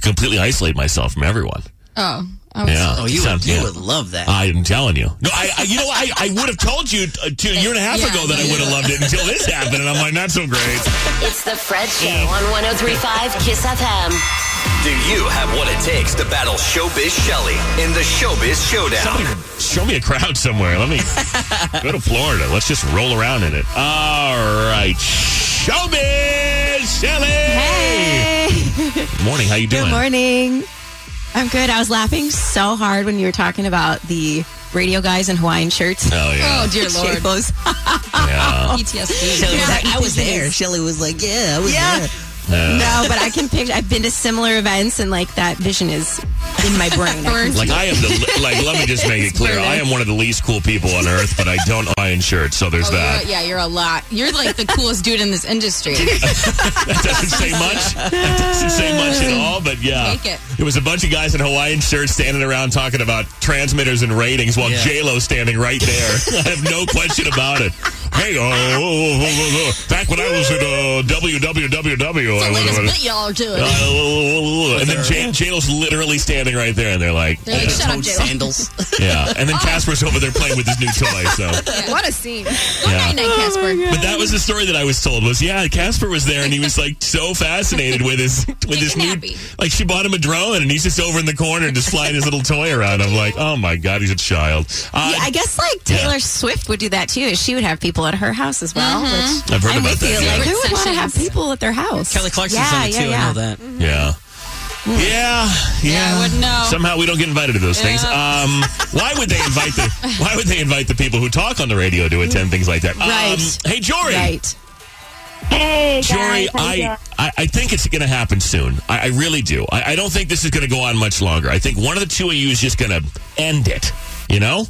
C: completely isolate myself from everyone.
D: Oh, I was-
C: Yeah.
E: Oh, you,
C: Sounds-
E: would, you
C: yeah.
E: would love that.
C: I'm telling you. No, I, I you know, I, I would have told you uh, two, a year and a half
D: Yeah,
C: ago that I would have loved it until this happened, and I'm like, not so great.
A: It's the Fred Show on 1035 Kiss FM.
B: Do you have what it takes to battle Showbiz Shelley in the Showbiz Showdown?
C: Somebody show me a crowd somewhere. Let me go to Florida. Let's just roll around in it. All right, showbiz, Shelly. Morning. How you doing?
G: Good morning. I'm good. I was laughing so hard when you were talking about the radio guys in Hawaiian shirts.
C: Oh yeah.
D: Oh dear lord.
G: Shameless.
C: yeah.
D: PTSD.
E: Shelly was
G: Yeah.
E: like, I was there. Shelly was like, yeah, I was
G: Yeah.
E: there.
C: Yeah.
G: No, but I can picture. I've been to similar events, and like that vision is in my brain. I
D: Burns.
C: Like I am the like. Let me just make it clear. I am one of the least cool people on earth, but I don't iron shirts, so there's
D: Oh,
C: that.
D: you're, yeah, you're a lot. You're like the coolest dude in this industry.
C: That doesn't say much. That doesn't say much at all, but yeah.
D: Take it.
C: was a bunch of guys in Hawaiian shirts standing around talking about transmitters and ratings while
E: Yeah.
C: J-Lo standing right there. I have no question about it. Hey, oh, back when I was at uh, WWW,
D: The
C: I
D: latest
C: was.
D: bit y'all are doing.
C: Uh, and then J- J-Lo's literally standing right there, and they're like,
D: They're like, shut up,
E: Toad
D: J-Lo.
E: sandals.
C: yeah. And
G: Oh.
C: then Casper's over there playing with his new toy. So,
H: What a scene.
C: yeah.
D: Night, night, Casper.
C: But that was the story that I was told was yeah, Casper was there, and he was like so fascinated with his with his new
D: Nappy.
C: like she bought him a drone, and he's just over in the corner just flying his little toy around. I'm like, oh my god, he's a child. Uh,
G: Yeah, I guess like
C: Yeah.
G: Taylor Swift would do that too. She would have people at her house as well. Which
C: I've heard
G: I'm
C: about
G: with you.
C: that. yeah.
G: Like, who would want to
D: Sessions.
G: have people at their house?
E: Kelly Clarkson's
G: yeah,
E: on it
G: yeah,
E: too.
G: yeah.
E: I know that.
C: Yeah. Yeah, yeah.
D: I wouldn't know.
C: Somehow we don't get invited to those things. Um, why would they invite the Why would they invite the people who talk on the radio to attend things like that?
G: Right.
C: Um, hey, Jory.
G: Right.
J: Hey, guys.
C: Jory,
J: how you
C: I, I I think it's going to happen soon. I, I really do. I, I don't think this is going to go on much longer. I think one of the two of you is just going to end it. You know.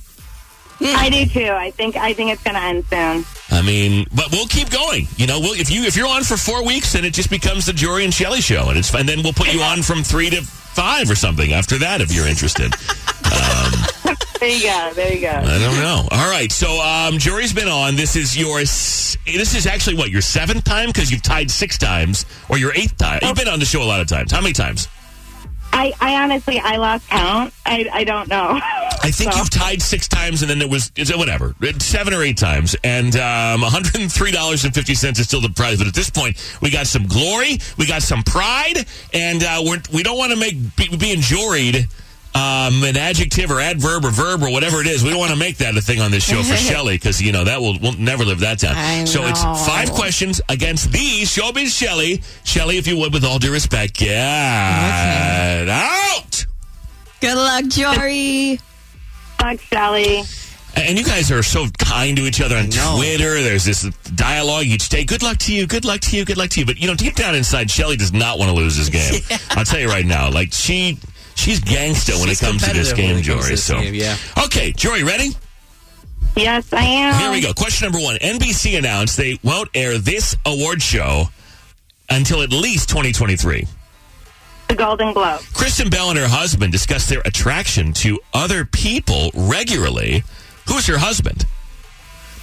J: doing? I do too. I think I think it's gonna end soon.
C: I mean, but we'll keep going. You know, we'll, if you if you're on for four weeks, then it just becomes the Jory and Shelley show, and it's and then we'll put you on from three to five or something after that if you're interested.
J: There you go. There you go.
C: I don't know. All right, so um, Jory's been on. This is your. s- This is actually what your seventh time because you've tied six times or your eighth time. You've been on the show a lot of times. How many times?
J: I, I honestly I lost count. I I don't know.
C: I think you've tied six times, and then there was is it whatever seven or eight times, and um, one hundred and three dollars and fifty cents is still the prize. But at this point, we got some glory, we got some pride, and uh, we're, we don't want to make be, being juried. Um, an adjective or adverb or verb or whatever it is, we don't want to make that a thing on this show for Shelly because you know that will we'll never live that down.
G: I
C: so it's
G: know.
C: five questions against the showbiz Shelly. Shelly, if you would, with all due respect, get out.
G: Good luck, Jory.
J: Fuck Shelly.
C: And you guys are so kind to each other on Twitter. There's this dialogue each day. Good luck to you. Good luck to you. Good luck to you. But you know, deep down inside, Shelly does not want to lose this game. I'll tell you right now. Like she, she's gangsta when
E: She's
C: it comes to this
E: competitive
C: game,
E: when it comes to
C: Jory.
E: this
C: So
E: game, yeah.
C: Okay, Jory, ready?
J: Yes, I am.
C: Here we go. Question number one. NBC announced they won't air this award show until at least 2023.
J: The Golden Globe.
C: Kristen Bell and her husband discuss their attraction to other people regularly. Who's her husband?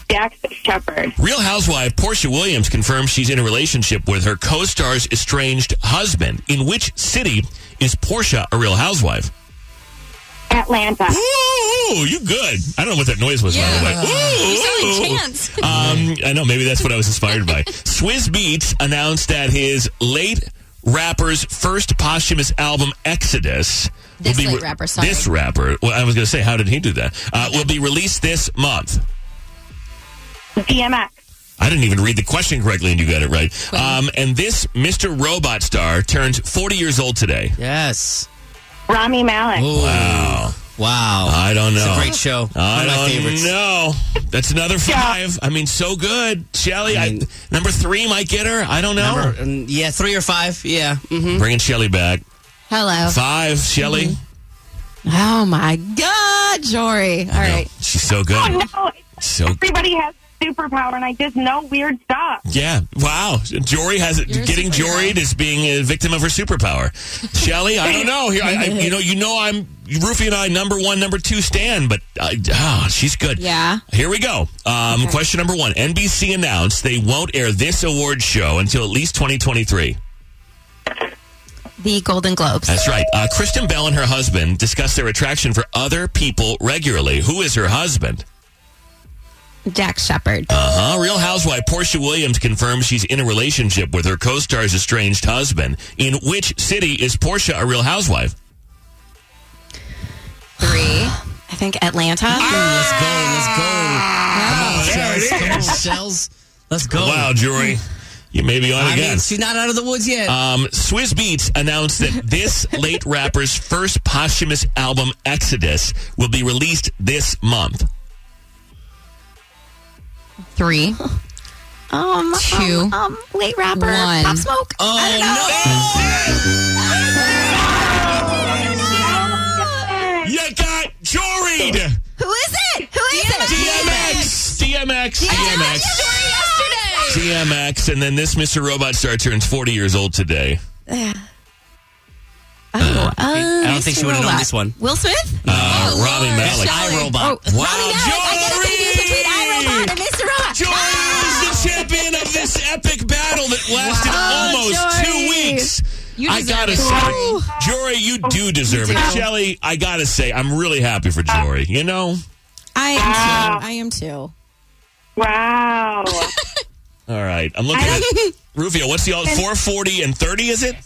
J: Dax Shepard.
C: Real Housewife Portia Williams confirms she's in a relationship with her co star's estranged husband. In which city is Portia a real housewife?
J: Atlanta.
C: Ooh, you good. I don't know what that noise was, by the way. Ooh.
D: You sound like Chance.
C: Um, I know. Maybe that's what I was inspired by. Swizz Beats announced that his late rapper's first posthumous album, Exodus.
D: This late rapper, sorry.
C: This rapper. Well, I was going to say, how did he do that? Uh, will be released this month.
J: DMX.
C: I didn't even read the question correctly, and you got it right. Um, and this Mr. Robot star turns 40 years old today.
E: Yes.
J: Rami Malek.
E: Ooh. Wow. Wow.
C: I don't know.
E: It's a great show.
C: I
E: One of my favorites.
C: don't know. That's another five. I mean, so good, Shelly. I,
E: I mean-
C: number three might get her. I don't know.
E: Number- mm, yeah, three or five. Yeah. Mm-hmm.
C: Bringing Shelly back.
G: Hello.
C: Five, Shelly.
G: Oh my God, Jory. All right.
C: She's so good.
J: Oh no!
C: So
J: Everybody has superpower, and I just know weird stuff.
C: yeah. Wow. Jory has it.
D: a
C: Getting
D: superhero.
C: Jory is being a victim of her superpower. Shelly, I don't know. Here, I, I, you know, you know, I'm Rufy and I number one, number two stand, but I, ah, she's good.
G: Yeah.
C: Here we go. Um, Question number one. NBC announced they won't air this award show until at least 2023.
G: The Golden Globes.
C: That's right. Uh, Kristen Bell and her husband discuss their attraction for other people regularly. Who is her husband?
G: Jack Shepard.
C: Uh huh. Real Housewife Portia Williams confirms she's in a relationship with her co star's estranged husband. In which city is Portia a real housewife?
D: Three.
G: I think Atlanta.
E: Let's go. Let's go. Come on, Oh, Shells. Come on, Shells. Let's go.
C: Wow, Jury. You may be on
E: I
C: again.
E: mean, she's not out of the woods yet.
C: Um, Swizz Beats announced that this late rapper's first posthumous album, Exodus, will be released this month.
D: Three.
G: Um,
D: Two.
G: Um, um, late rapper.
D: One.
G: Pop Smoke.
E: oh,
G: I don't know.
C: You got juried!
G: Who is it? Who is
C: DMX!
G: it?
C: DMX! DMX!
G: Yesterday.
C: DMX, and then this Mr. Robot star turns 40 years old today.
G: Oh, uh,
E: I don't think she would've known
G: Robot.
E: this one.
G: Will Smith?
C: Uh, Robbie Malik.
E: I robot.
G: Oh,
C: Wow,
G: Robbie Malik. I got
C: Jory!
G: confused between iRobot and Mr. Robot.
C: Jory! that lasted almost two weeks.
D: You
C: I
D: deserve
C: gotta
D: it, Jory.
C: say, Jory, you do deserve it. Shelly, I gotta say, I'm really happy for Jory. You know?
G: I am too. I am too.
J: Wow.
C: All right. I'm looking at Rufio. What's the all 440 and 30, is it?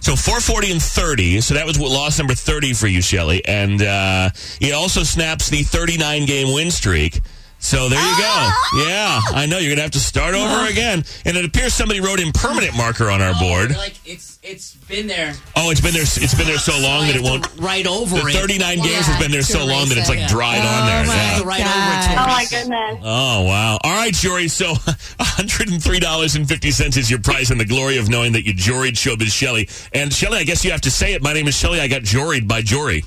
C: So 440 and 30. So that was what loss number 30 for you, Shelly. And uh, it also snaps the 39 game win streak. So there you go. Yeah, I know. You're going to have to start over again. And it appears somebody wrote in permanent marker on our board.
E: Like it's it's been there.
C: Oh, it's been there. It's been there so long that it won't.
E: Right over
C: The
E: it.
C: 39 games have been there
D: to
C: so long
D: erase
C: that it's
D: it,
C: like
D: yeah.
C: dried on there. Yeah.
E: Right, right over it.
J: Oh my goodness.
C: Oh, wow. All right, Jory. So $103.50 is your prize and the glory of knowing that you joried Showbiz Shelly. And Shelly, I guess you have to say it. My name is Shelly. I got joried by Jory.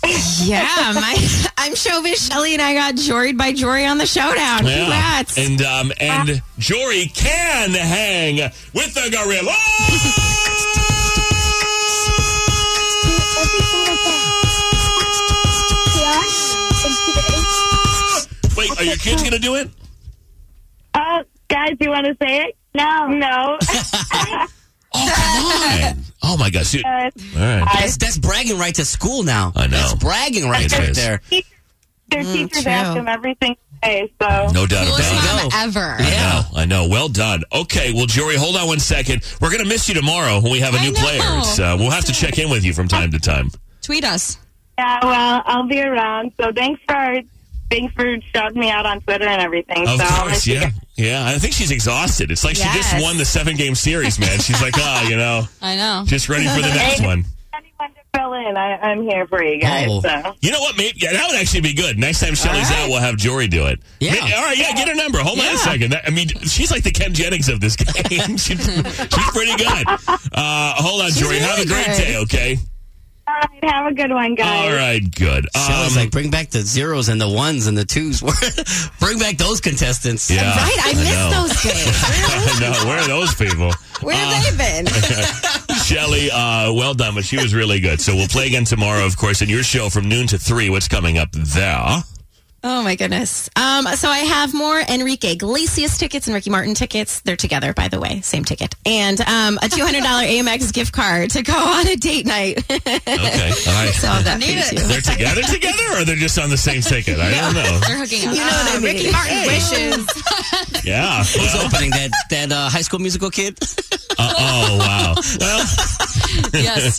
G: Yeah, my I'm showbiz Shelly, and I got joried by Jory on the
D: Oh,
G: showdown. Congrats.
C: And, um, and Jory can hang with the gorilla. Wait, are your kids going to do it?
J: Uh, guys, you want to say it? No. No.
C: Oh, come on. Oh, my gosh. Dude. All
J: Uh,
C: right.
E: That's, that's bragging right to school now.
C: I know.
E: That's bragging right
C: It
E: right
C: is.
E: there.
J: their teachers
G: true.
J: ask them everything day, so.
C: No doubt about
D: Mm, Coolest
C: it.
D: mom
E: go.
D: ever.
C: I know. Oh, I know. Well done. Okay. Well, Jory, hold on one second. We're going to miss you tomorrow when we have a
D: I
C: new
D: know.
C: player. It's, uh, we'll have to check in with you from time to time.
D: Tweet us.
J: Yeah, well, I'll be around. So thanks for thanks for shouting me out on Twitter and everything.
C: Of
J: so I'll
C: course.
J: miss you
C: Yeah.
J: guys.
C: Yeah. I think she's exhausted. It's like she just
D: Yes.
C: won the seven game series, man. She's like, ah, you know,
D: I know.
C: just ready for the next one.
J: Anyone to fill in, I, I'm here for you guys.
E: Oh.
J: So.
C: You know what? Maybe yeah, that would actually be good. Next time Shelly's out, we'll have Jory do it.
E: Yeah.
C: May- all right. Yeah. Get her number. Hold on a second. That- I mean, she's like the Ken Jennings of this game. She- she's pretty good. Uh, hold on, Jory. have a
G: really
C: great
G: good.
C: day. Okay.
J: All right, have a good one, guys.
C: All right. Good.
E: Shelly's
C: Um,
E: like, bring back the zeros and the ones and the twos. bring back those contestants.
C: yeah,
G: right, I,
C: know.
G: missed those days.
C: I know. Where are those people?
G: Where
E: Uh,
G: have they been?
C: Shelly, uh, well done, but she was really good. So we'll play again tomorrow, of course, in your show from noon to three. What's coming up there?
G: Oh my goodness. Um, so I have more Enrique Iglesias tickets and Ricky Martin tickets. They're together, by the way, same ticket. And um, a two hundred dollar Amex gift card to go on a date night. so
C: Okay. All right.
G: that
D: Need
G: please
D: it.
G: you.
C: They're together together or they're just on the same ticket? I don't know.
D: They're hooking up.
G: You know what I mean.
D: Ricky Martin wishes.
C: Yeah.
E: Who's
C: Well,
E: opening that that uh, high school musical kid?
C: uh, oh, wow. Well,
D: yes.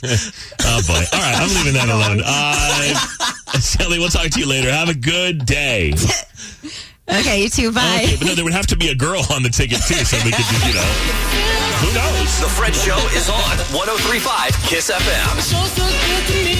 C: oh, boy. All right. I'm leaving that alone. Uh, Shelly, we'll talk to you later. Have a good day.
G: Okay, you too. Bye.
C: Okay, but no, there would have to be a girl on the ticket, too, so we could, just, you know. Who knows?
B: The Fred Show is on 1035 Kiss FM.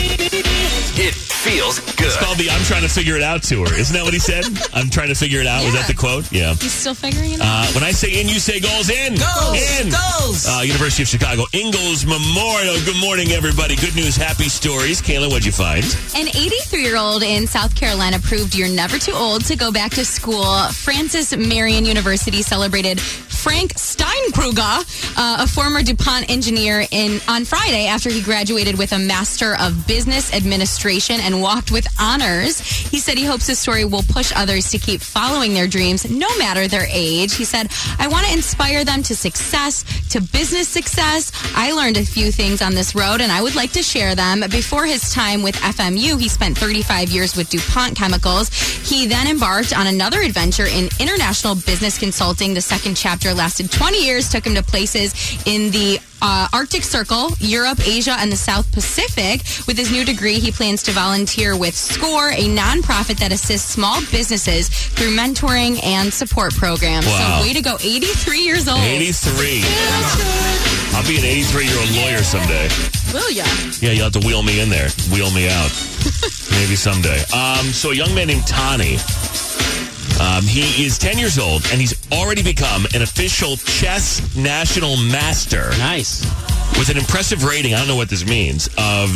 B: It feels good.
C: It's called the I'm trying to figure it out tour. Isn't that what he said? I'm trying to figure it out. Was that the quote? Yeah.
D: He's still figuring it out.
C: Uh, when I say in, you say goals in.
E: Goals,
C: In.
E: goals.
C: Uh, University of Chicago. Ingalls Memorial. Good morning, everybody. Good news, happy stories. Kayla, what'd you find?
D: An 83 year old in South Carolina proved you're never too old to go back to school. Francis Marion University celebrated Frank Steinkruger, uh, a former DuPont engineer, in on Friday after he graduated with a Master of Business Administration and walked with honors. He said he hopes his story will push others to keep following their dreams no matter their age. He said, I want to inspire them to success, to business success. I learned a few things on this road and I would like to share them. Before his time with FMU, he spent 35 years with DuPont Chemicals. He then embarked on another adventure in international business consulting. The second chapter lasted 20 years, took him to places in the uh, Arctic Circle, Europe, Asia, and the South Pacific. With his new degree, he plans to volunteer with SCORE, a nonprofit that assists small businesses through mentoring and support programs.
C: Wow.
D: So, way to go, 83 years old.
C: 83. I'll be an 83 year old lawyer someday.
D: Will ya?
C: Yeah, you'll have to wheel me in there, wheel me out. Maybe someday. Um, so, a young man named Tani. Um, he is 10 years old and he's already become an official chess national master.
E: Nice.
C: with an impressive rating. I don't know what this means of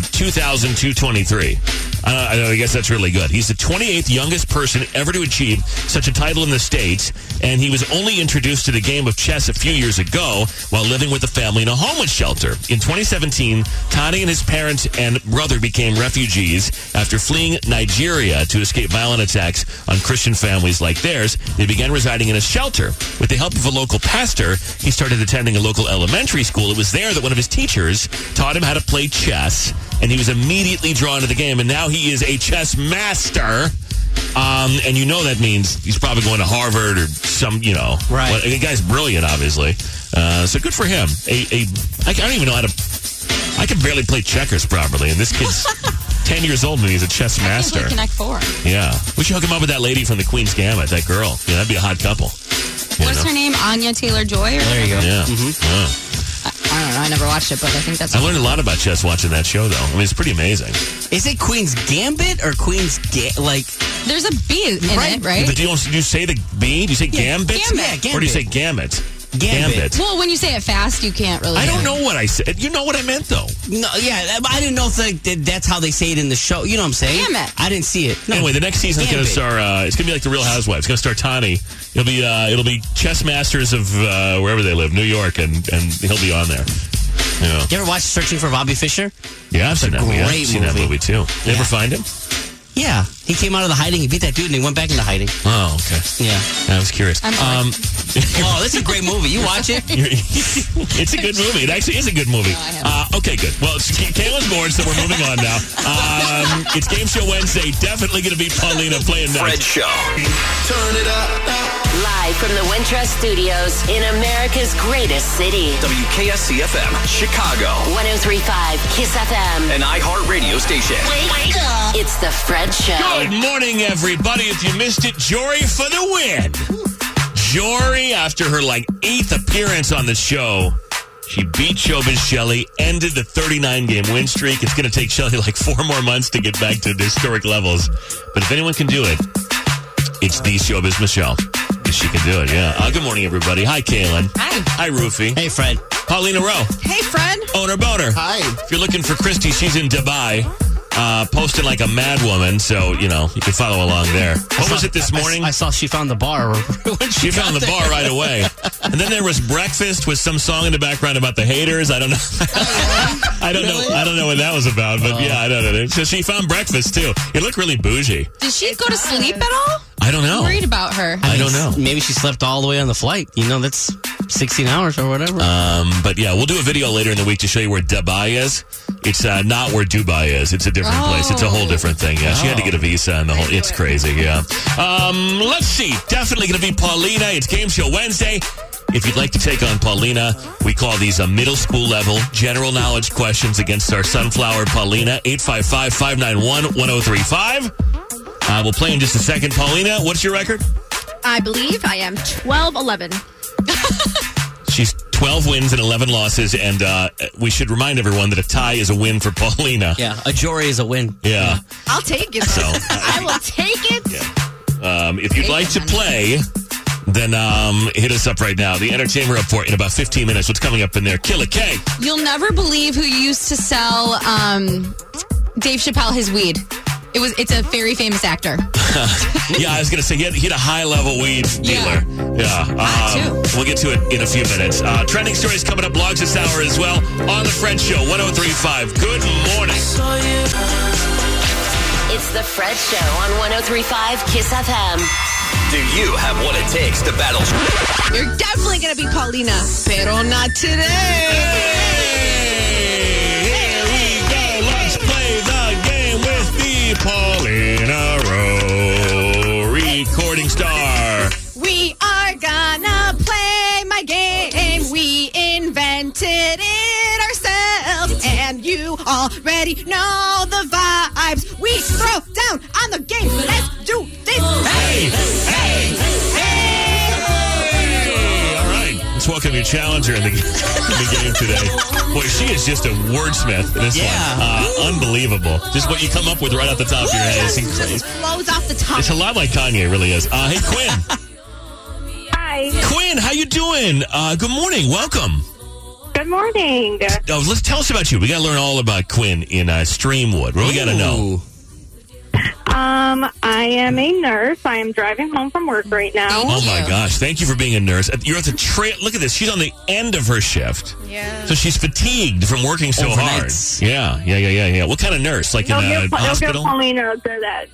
C: 2,223. I, don't- I don't- I guess that's really good. He's the 28th youngest person ever to achieve such a title in the states, and he was only introduced to the game of chess a few years ago while living with a family in a homeless shelter. In 2017, Tani and his parents and brother became refugees after fleeing Nigeria to escape violent attacks on Christian families like theirs. They began residing in a shelter. With the help of a local pastor, he started attending a local elementary school. It was there that one of his teachers taught him how to play chess, and he was immediately drawn to the game, and now he is a chess master. Um, and you know that means he's probably going to Harvard or some, you know.
E: Right.
C: Well, the guy's brilliant, obviously. Uh, so good for him. A, a, I, I don't even know how to. I can barely play checkers properly, and this kid's 10 years old and he's a chess master.
D: Play Connect Four.
C: Yeah. We should hook him up with that lady from the Queen's Gambit, that girl. Yeah, that'd be a hot couple. You
D: What's
C: know?
D: her name? Anya Taylor Joy? Or,
E: There you go. Mm-hmm.
C: Yeah. Wow.
D: I don't know. I never watched it, but I think that's.
C: I learned a lot about chess watching that show, though. I mean, it's pretty amazing.
E: Is it Queen's Gambit or Queen's Ga- like
D: There's a B in it, right?
C: But do you, do you say the B? Do you say gambit?
E: Gambit. Yeah,
C: Or do you say
E: gambit.
C: gamut?
E: Gambit.
D: Well, when you say it fast, you can't really.
C: I don't know what I said. You know what I meant, though.
E: no? Yeah, I didn't know if like that, that's how they say it in the show. You know what I'm saying?
D: Gambit.
E: I didn't see it. No.
C: Anyway, the next season's going to
E: Gambit.
C: start. Uh, it's going to be like the Real Housewives. It's going to start Tani. It'll be uh, it'll be chess masters of uh, wherever they live, New York, and and he'll be on there. Yeah,
E: You ever watch Searching for Bobby Fischer?
C: yeah, I've seen that movie. I've
E: great
C: seen that
E: movie.
C: movie too. You
E: Yeah.
C: ever find him?
E: Yeah, he came out of the hiding. He beat that dude, and he went back into hiding.
C: Oh, okay.
E: Yeah.
C: I was curious.
D: I'm
C: um,
E: oh, that's a great movie. You watch it?
C: it's a good movie. It actually is a good movie.
D: No, I haven't.
C: uh, okay, good. Well, it's Kay- Kayla's bored, so we're moving on now. Um, it's Game Show Wednesday. Definitely going to be Paulina playing
B: Fred
C: next.
B: Show. Turn it up.
H: Live from the Wintrust Studios in America's greatest city.
B: WKSCFM, Chicago,
H: 1035 Kiss FM.
B: an iHeartRadio station.
H: Wake up. It's the Fred Show.
C: Good morning, everybody. If you missed it, Jory for the win. Jory, after her like eighth appearance on the show, she beat Showbiz Shelley, ended the 39 game win streak. It's going to take Shelley like four more months to get back to the historic levels. But if anyone can do it, it's the Showbiz Michelle. She can do it, yeah. Uh, good morning, everybody. Hi, Kaylin. Hi,
D: Hi.
C: Rufy.
E: Hey, Fred.
C: Paulina Rowe,
D: Hey, Fred.
C: owner boater.
F: Hi.
C: If you're looking for Christy, she's in Dubai, uh, posting like a mad woman. So, you know, you can follow along there. What was it this
E: I-
C: morning?
E: I, saw she found the bar. when
C: She found the bar right away. And then there was breakfast with some song in the background about the haters. I don't know. I don't know. I don't know what that was about, but yeah, I don't know. So she found breakfast too. It looked really bougie.
D: Did she go to sleep at all?
C: I don't know.
D: I'm worried about her.
C: I don't know.
E: Maybe she slept all the way on the flight. You know, that's 16 hours or whatever.
C: Um, but yeah, we'll do a video later in the week to show you where Dubai is. It's uh, not where Dubai is. It's a different place. It's a whole different thing. Yeah, she had to get a visa and the whole. It's crazy. Yeah. Um, let's see. Definitely going to be Paulina. It's Game Show Wednesday. If you'd like to take on Paulina, we call these a middle school level general knowledge questions against our sunflower Paulina 855-591-1035. Uh, we'll play in just a second. Paulina, what's your record?
K: I believe I am 12, 11.
C: She's 12 wins and 11 losses, and uh, we should remind everyone that a tie is a win for Paulina.
E: yeah, a jury is a win.
C: Yeah.
K: I'll take it.
C: So,
K: I will take it.
C: um, if you'd like to play, then um, hit us up right now. The Entertainment Report in about 15 minutes. What's coming up in there? Kill a K.
D: You'll never believe who used to sell um, Dave Chappelle his weed. It was. It's a very famous actor.
C: Yeah, I was going to say, he had, he had a high level weed
D: Yeah.
C: dealer. Yeah. Um, we'll get to it in a few minutes. Uh, trending stories coming up, blogs this hour as well on The French Show, 1035. Good morning.
H: It's the Fred Show on 1035 Kiss FM.
B: Do you have what it takes to battle?
K: You're definitely going to be Paulina. Pero not today.
C: Here we go. Let's play the game with the Paulina Rowe recording star.
K: We are gonna play my game. We invented it ourselves, and you already know the vibes. We throw down on the game. Let's do this. Hey, hey, hey.
C: Hey, all right. Let's welcome your challenger in the, in the game today. Boy, she is just a wordsmith, this
E: Yeah.
C: one. Uh, unbelievable. Just what you come up with right off the top of your head. It's
K: Just
C: incredible.
K: flows off the top.
C: It's a lot like Kanye, it really is. Uh, hey, Quinn.
J: Hi.
C: Quinn, how you doing? Uh, good morning. Welcome.
J: Good Good morning.
C: No, let's tell us about you. We got to learn all about Quinn in uh, Streamwood. What do we got to know?
J: Um, I am a nurse. I am driving home from work right now.
C: Oh my gosh! Thank you for being a nurse. Uh, You're at the trail. Look at this. She's on the end of her shift. Yeah. So she's fatigued from working so
F: Overnights.
C: hard. Yeah, yeah, yeah, yeah, yeah. What kind of nurse? Like in
J: Don't
C: a,
J: get, don't get
C: hospital?
J: Pauline out there that.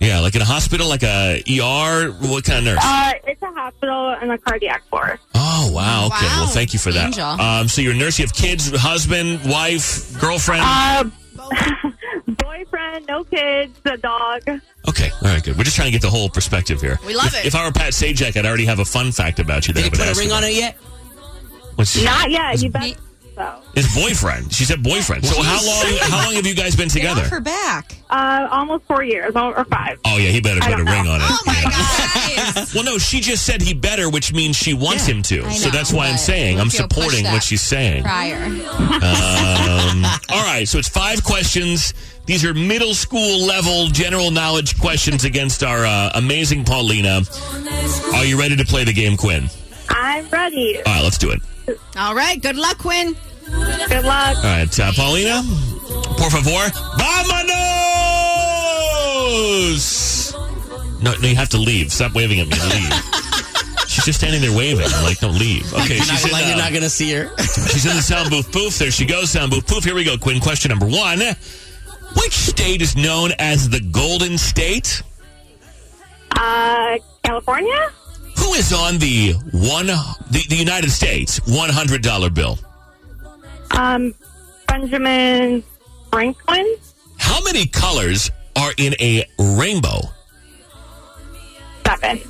C: Yeah, like in a hospital, like a ER. What kind of nurse?
J: Uh, it's a hospital and a cardiac floor.
C: oh wow. Okay. Well, thank you for that.
J: Angel.
C: Um, so you're a nurse. You have kids, husband, wife, girlfriend.
J: Uh, boyfriend, no kids, a dog.
C: Okay, all right, good. We're just trying to get the whole perspective here.
J: We love
C: if,
J: it.
C: If I were Pat Sajak, I'd already have a fun fact about you. That I would
E: Put a
C: ask
E: ring on
C: about.
E: it yet?
C: What's
J: Not yet. You bet.
C: his boyfriend? She said boyfriend. So how long? How long have you guys been together?
J: back. Uh, almost four years, or or five.
C: Oh yeah, he better put a ring on it. Oh my god! well, no, she just said he better, which means she wants him to.
J: I
C: so
J: know,
C: that's why I'm
J: but
C: saying
J: we
C: I'm
J: feel pushed
C: supporting what
J: that
C: she's saying.
D: Prior.
C: Um, all right, so it's five questions. These are middle school level general knowledge questions against our uh, amazing Paulina. Are you ready to play the game, Quinn?
J: I'm ready.
C: All right, let's do it.
K: All right. Good luck, Quinn.
J: Good luck.
C: All right, uh, Paulina, por favor, vámonos! No, no, you have to leave. Stop waving at me. Leave. She's just standing there waving. I'm like, no, leave. Okay,
E: You're not-
C: she's in,
E: like you're
C: uh,
E: not gonna see her.
C: she's in the sound booth. Poof, there she goes. Sound booth. Poof. Here we go. Quinn, question number one: Which state is known as the Golden State?
J: Uh, California?
C: Who is on the one the, the United States one hundred dollar bill?
J: Um, Benjamin Franklin?
C: How many colors are in a rainbow?
J: Seven.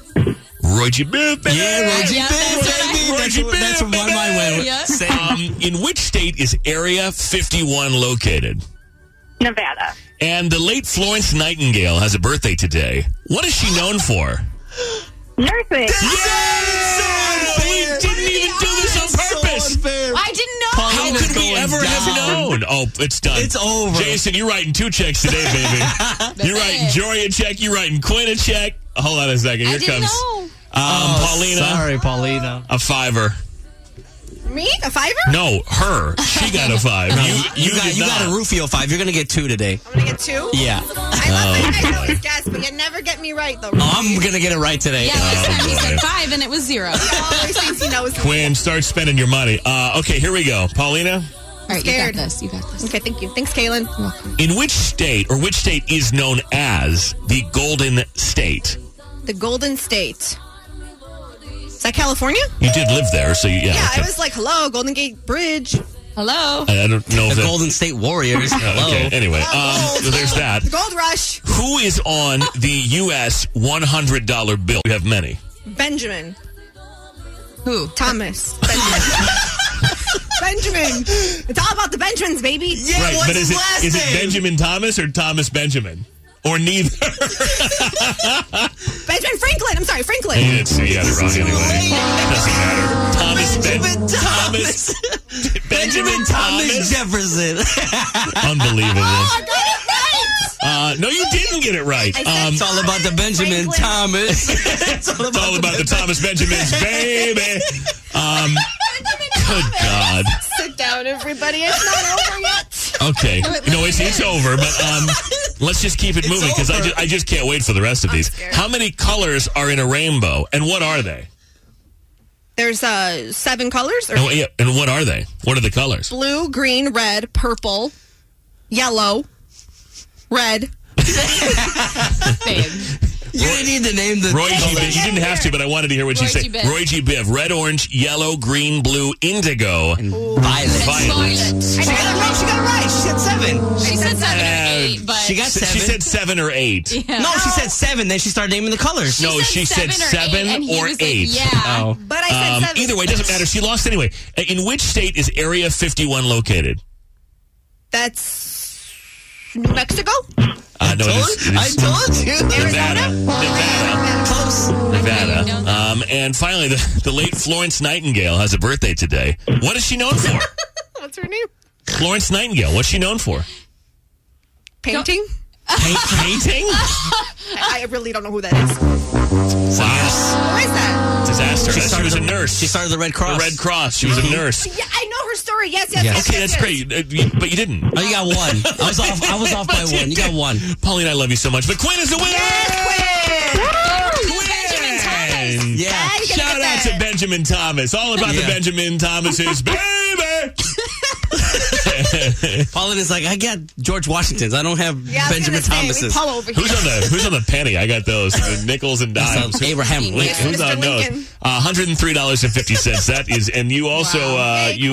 C: Roger Bill, baby.
E: Yeah, Roger
C: Yeah,
E: Bill, baby. That's,
C: Roger Bill,
E: that's one my way.
C: baby.
E: Same.
C: Um, in which state is Area 51 located?
J: Nevada.
C: And the late Florence Nightingale has a birthday today. What is she known for?
J: Nursing.
C: We didn't even do this on purpose.
D: I didn't know.
C: How could we ever have known? Oh, it's done. It's over. Jason, you're writing two checks today, baby. you're writing Jory a check. You're writing Quinn a check. Hold on a second. Here
K: didn't
C: comes
K: know.
C: Um,
E: Oh,
C: Paulina.
E: sorry, Paulina.
C: A fiver.
K: Me? A fiver?
C: No, her. She got a five.
E: No,
C: you, you,
E: you got,
C: did
E: you
C: not.
E: got a Rufio five. You're gonna get two today.
K: I'm going to get two.
E: Yeah.
K: I love that
C: Oh.
K: you guys always guess, but you never get me right, though.
E: Oh, I'm gonna uh, get it right today.
D: Yeah, last time he said five and it was zero.
K: He always thinks he knows.
C: Quinn, start spending your money. Uh, okay, here we go. Paulina,
D: All right, you got this. You got this.
K: Okay, thank you. Thanks, Kaylin.
C: in which state or which state is known as the Golden State?
K: The Golden State. Is that California?
C: You did live there, so you, yeah.
K: Yeah,
C: okay.
K: I was like, hello, Golden Gate Bridge.
D: Hello.
C: I, I don't know if
E: The
C: that-
E: Golden State Warriors.
C: Oh,
E: Hello.
C: okay, anyway, um, so there's that.
K: The Gold Rush.
C: Who is on the U.S. $100 bill? We have many.
K: Benjamin.
D: Who?
K: Thomas. Benjamin. Benjamin. It's all about the Benjamins, baby. Yeah,
C: right, but is it, is it Benjamin Thomas or Thomas Benjamin? Or neither?
K: Benjamin Franklin. I'm sorry, Franklin.
C: you didn't say you had it wrong anyway. Doesn't matter. Thomas Ben- Thomas. Benjamin Thomas.
E: Jefferson.
C: Unbelievable.
J: Oh.
K: I got it right.
C: Uh, no, you didn't get it right. Um,
E: it's all about the Benjamin Thomas. it's all
C: it's all about the Thomas Benjamins, baby. Um, good God.
K: Sit down, everybody. It's not over yet. Oh,
C: Okay. No, it's, it's over, but um, let's just keep it
E: It's
C: moving because I
E: over.
C: just, I just can't wait for the rest of these.
K: scared.
C: How many colors are in a rainbow, and what are they?
K: There's uh seven colors. Or
C: And, what- Oh, yeah, and what are they? What are the colors?
K: blue, green, red, purple, yellow, red.
E: You didn't need to name the
C: Roy G. Biv. You didn't have to, but I wanted to hear what you
D: Roy
C: said.
D: G. Biv.
C: Roy G. Biv. Red, orange, yellow, green, blue, indigo.
E: Violet.
K: I got it right. She got it right.
E: She said seven.
D: She said seven or
C: Uh,
D: eight, but
E: She got
C: S-
E: seven.
C: She said seven or eight.
E: no, she said seven. Then she started naming the colors.
C: No, she said seven
D: and he
C: or
D: was like,
C: eight.
D: yeah.
E: Oh.
K: But I said
C: Um,
K: seven.
C: either way, it doesn't matter. She lost anyway. Uh, In which state is Area 51 located?
K: That's New Mexico.
C: Uh, no, it
E: Told-
C: is, it
E: I
C: is
E: told you.
C: Nevada. Nevada.
E: Close.
C: Nevada. Um, and finally, the, the late Florence Nightingale has a birthday today. What is she known for?
K: What's her name?
C: Florence Nightingale, what's she known for?
K: Painting.
C: Pa- painting?
K: I, I really don't know who that is.
C: Wow.
K: Who is that?
C: Disaster. She, was
E: the,
C: a nurse.
E: She started the Red Cross.
L: Mm-hmm.
C: the Red Cross. She was a nurse.
K: Yeah, I know Horror Story. Yes, yes, yes.
C: okay,
K: yes,
C: that's
K: yes.
C: great, Uh, you- but you didn't. Oh, you got one. I was off. I was off by one. You got one. Pauline, I love you so much, but Quinn is the winner. Quinn!
L: Yeah.
K: Ah, you gotta
C: Shout
K: get
C: out to Benjamin Thomas. All about the Benjamin Thomases, baby.
L: Paulin is like, I got George Washington's. I don't have
K: Yeah, I was
L: Benjamin
K: gonna say, we
L: Thomas's.
K: Paul over
C: Who's on the Who's on the penny? I got those the nickels and dimes.
L: That's, um, Abraham Lincoln.
C: Who's- Who's
L: Mr.
C: on those?
L: Lincoln.
C: Uh, hundred and three dollars and fifty cents. That is, and you also uh, you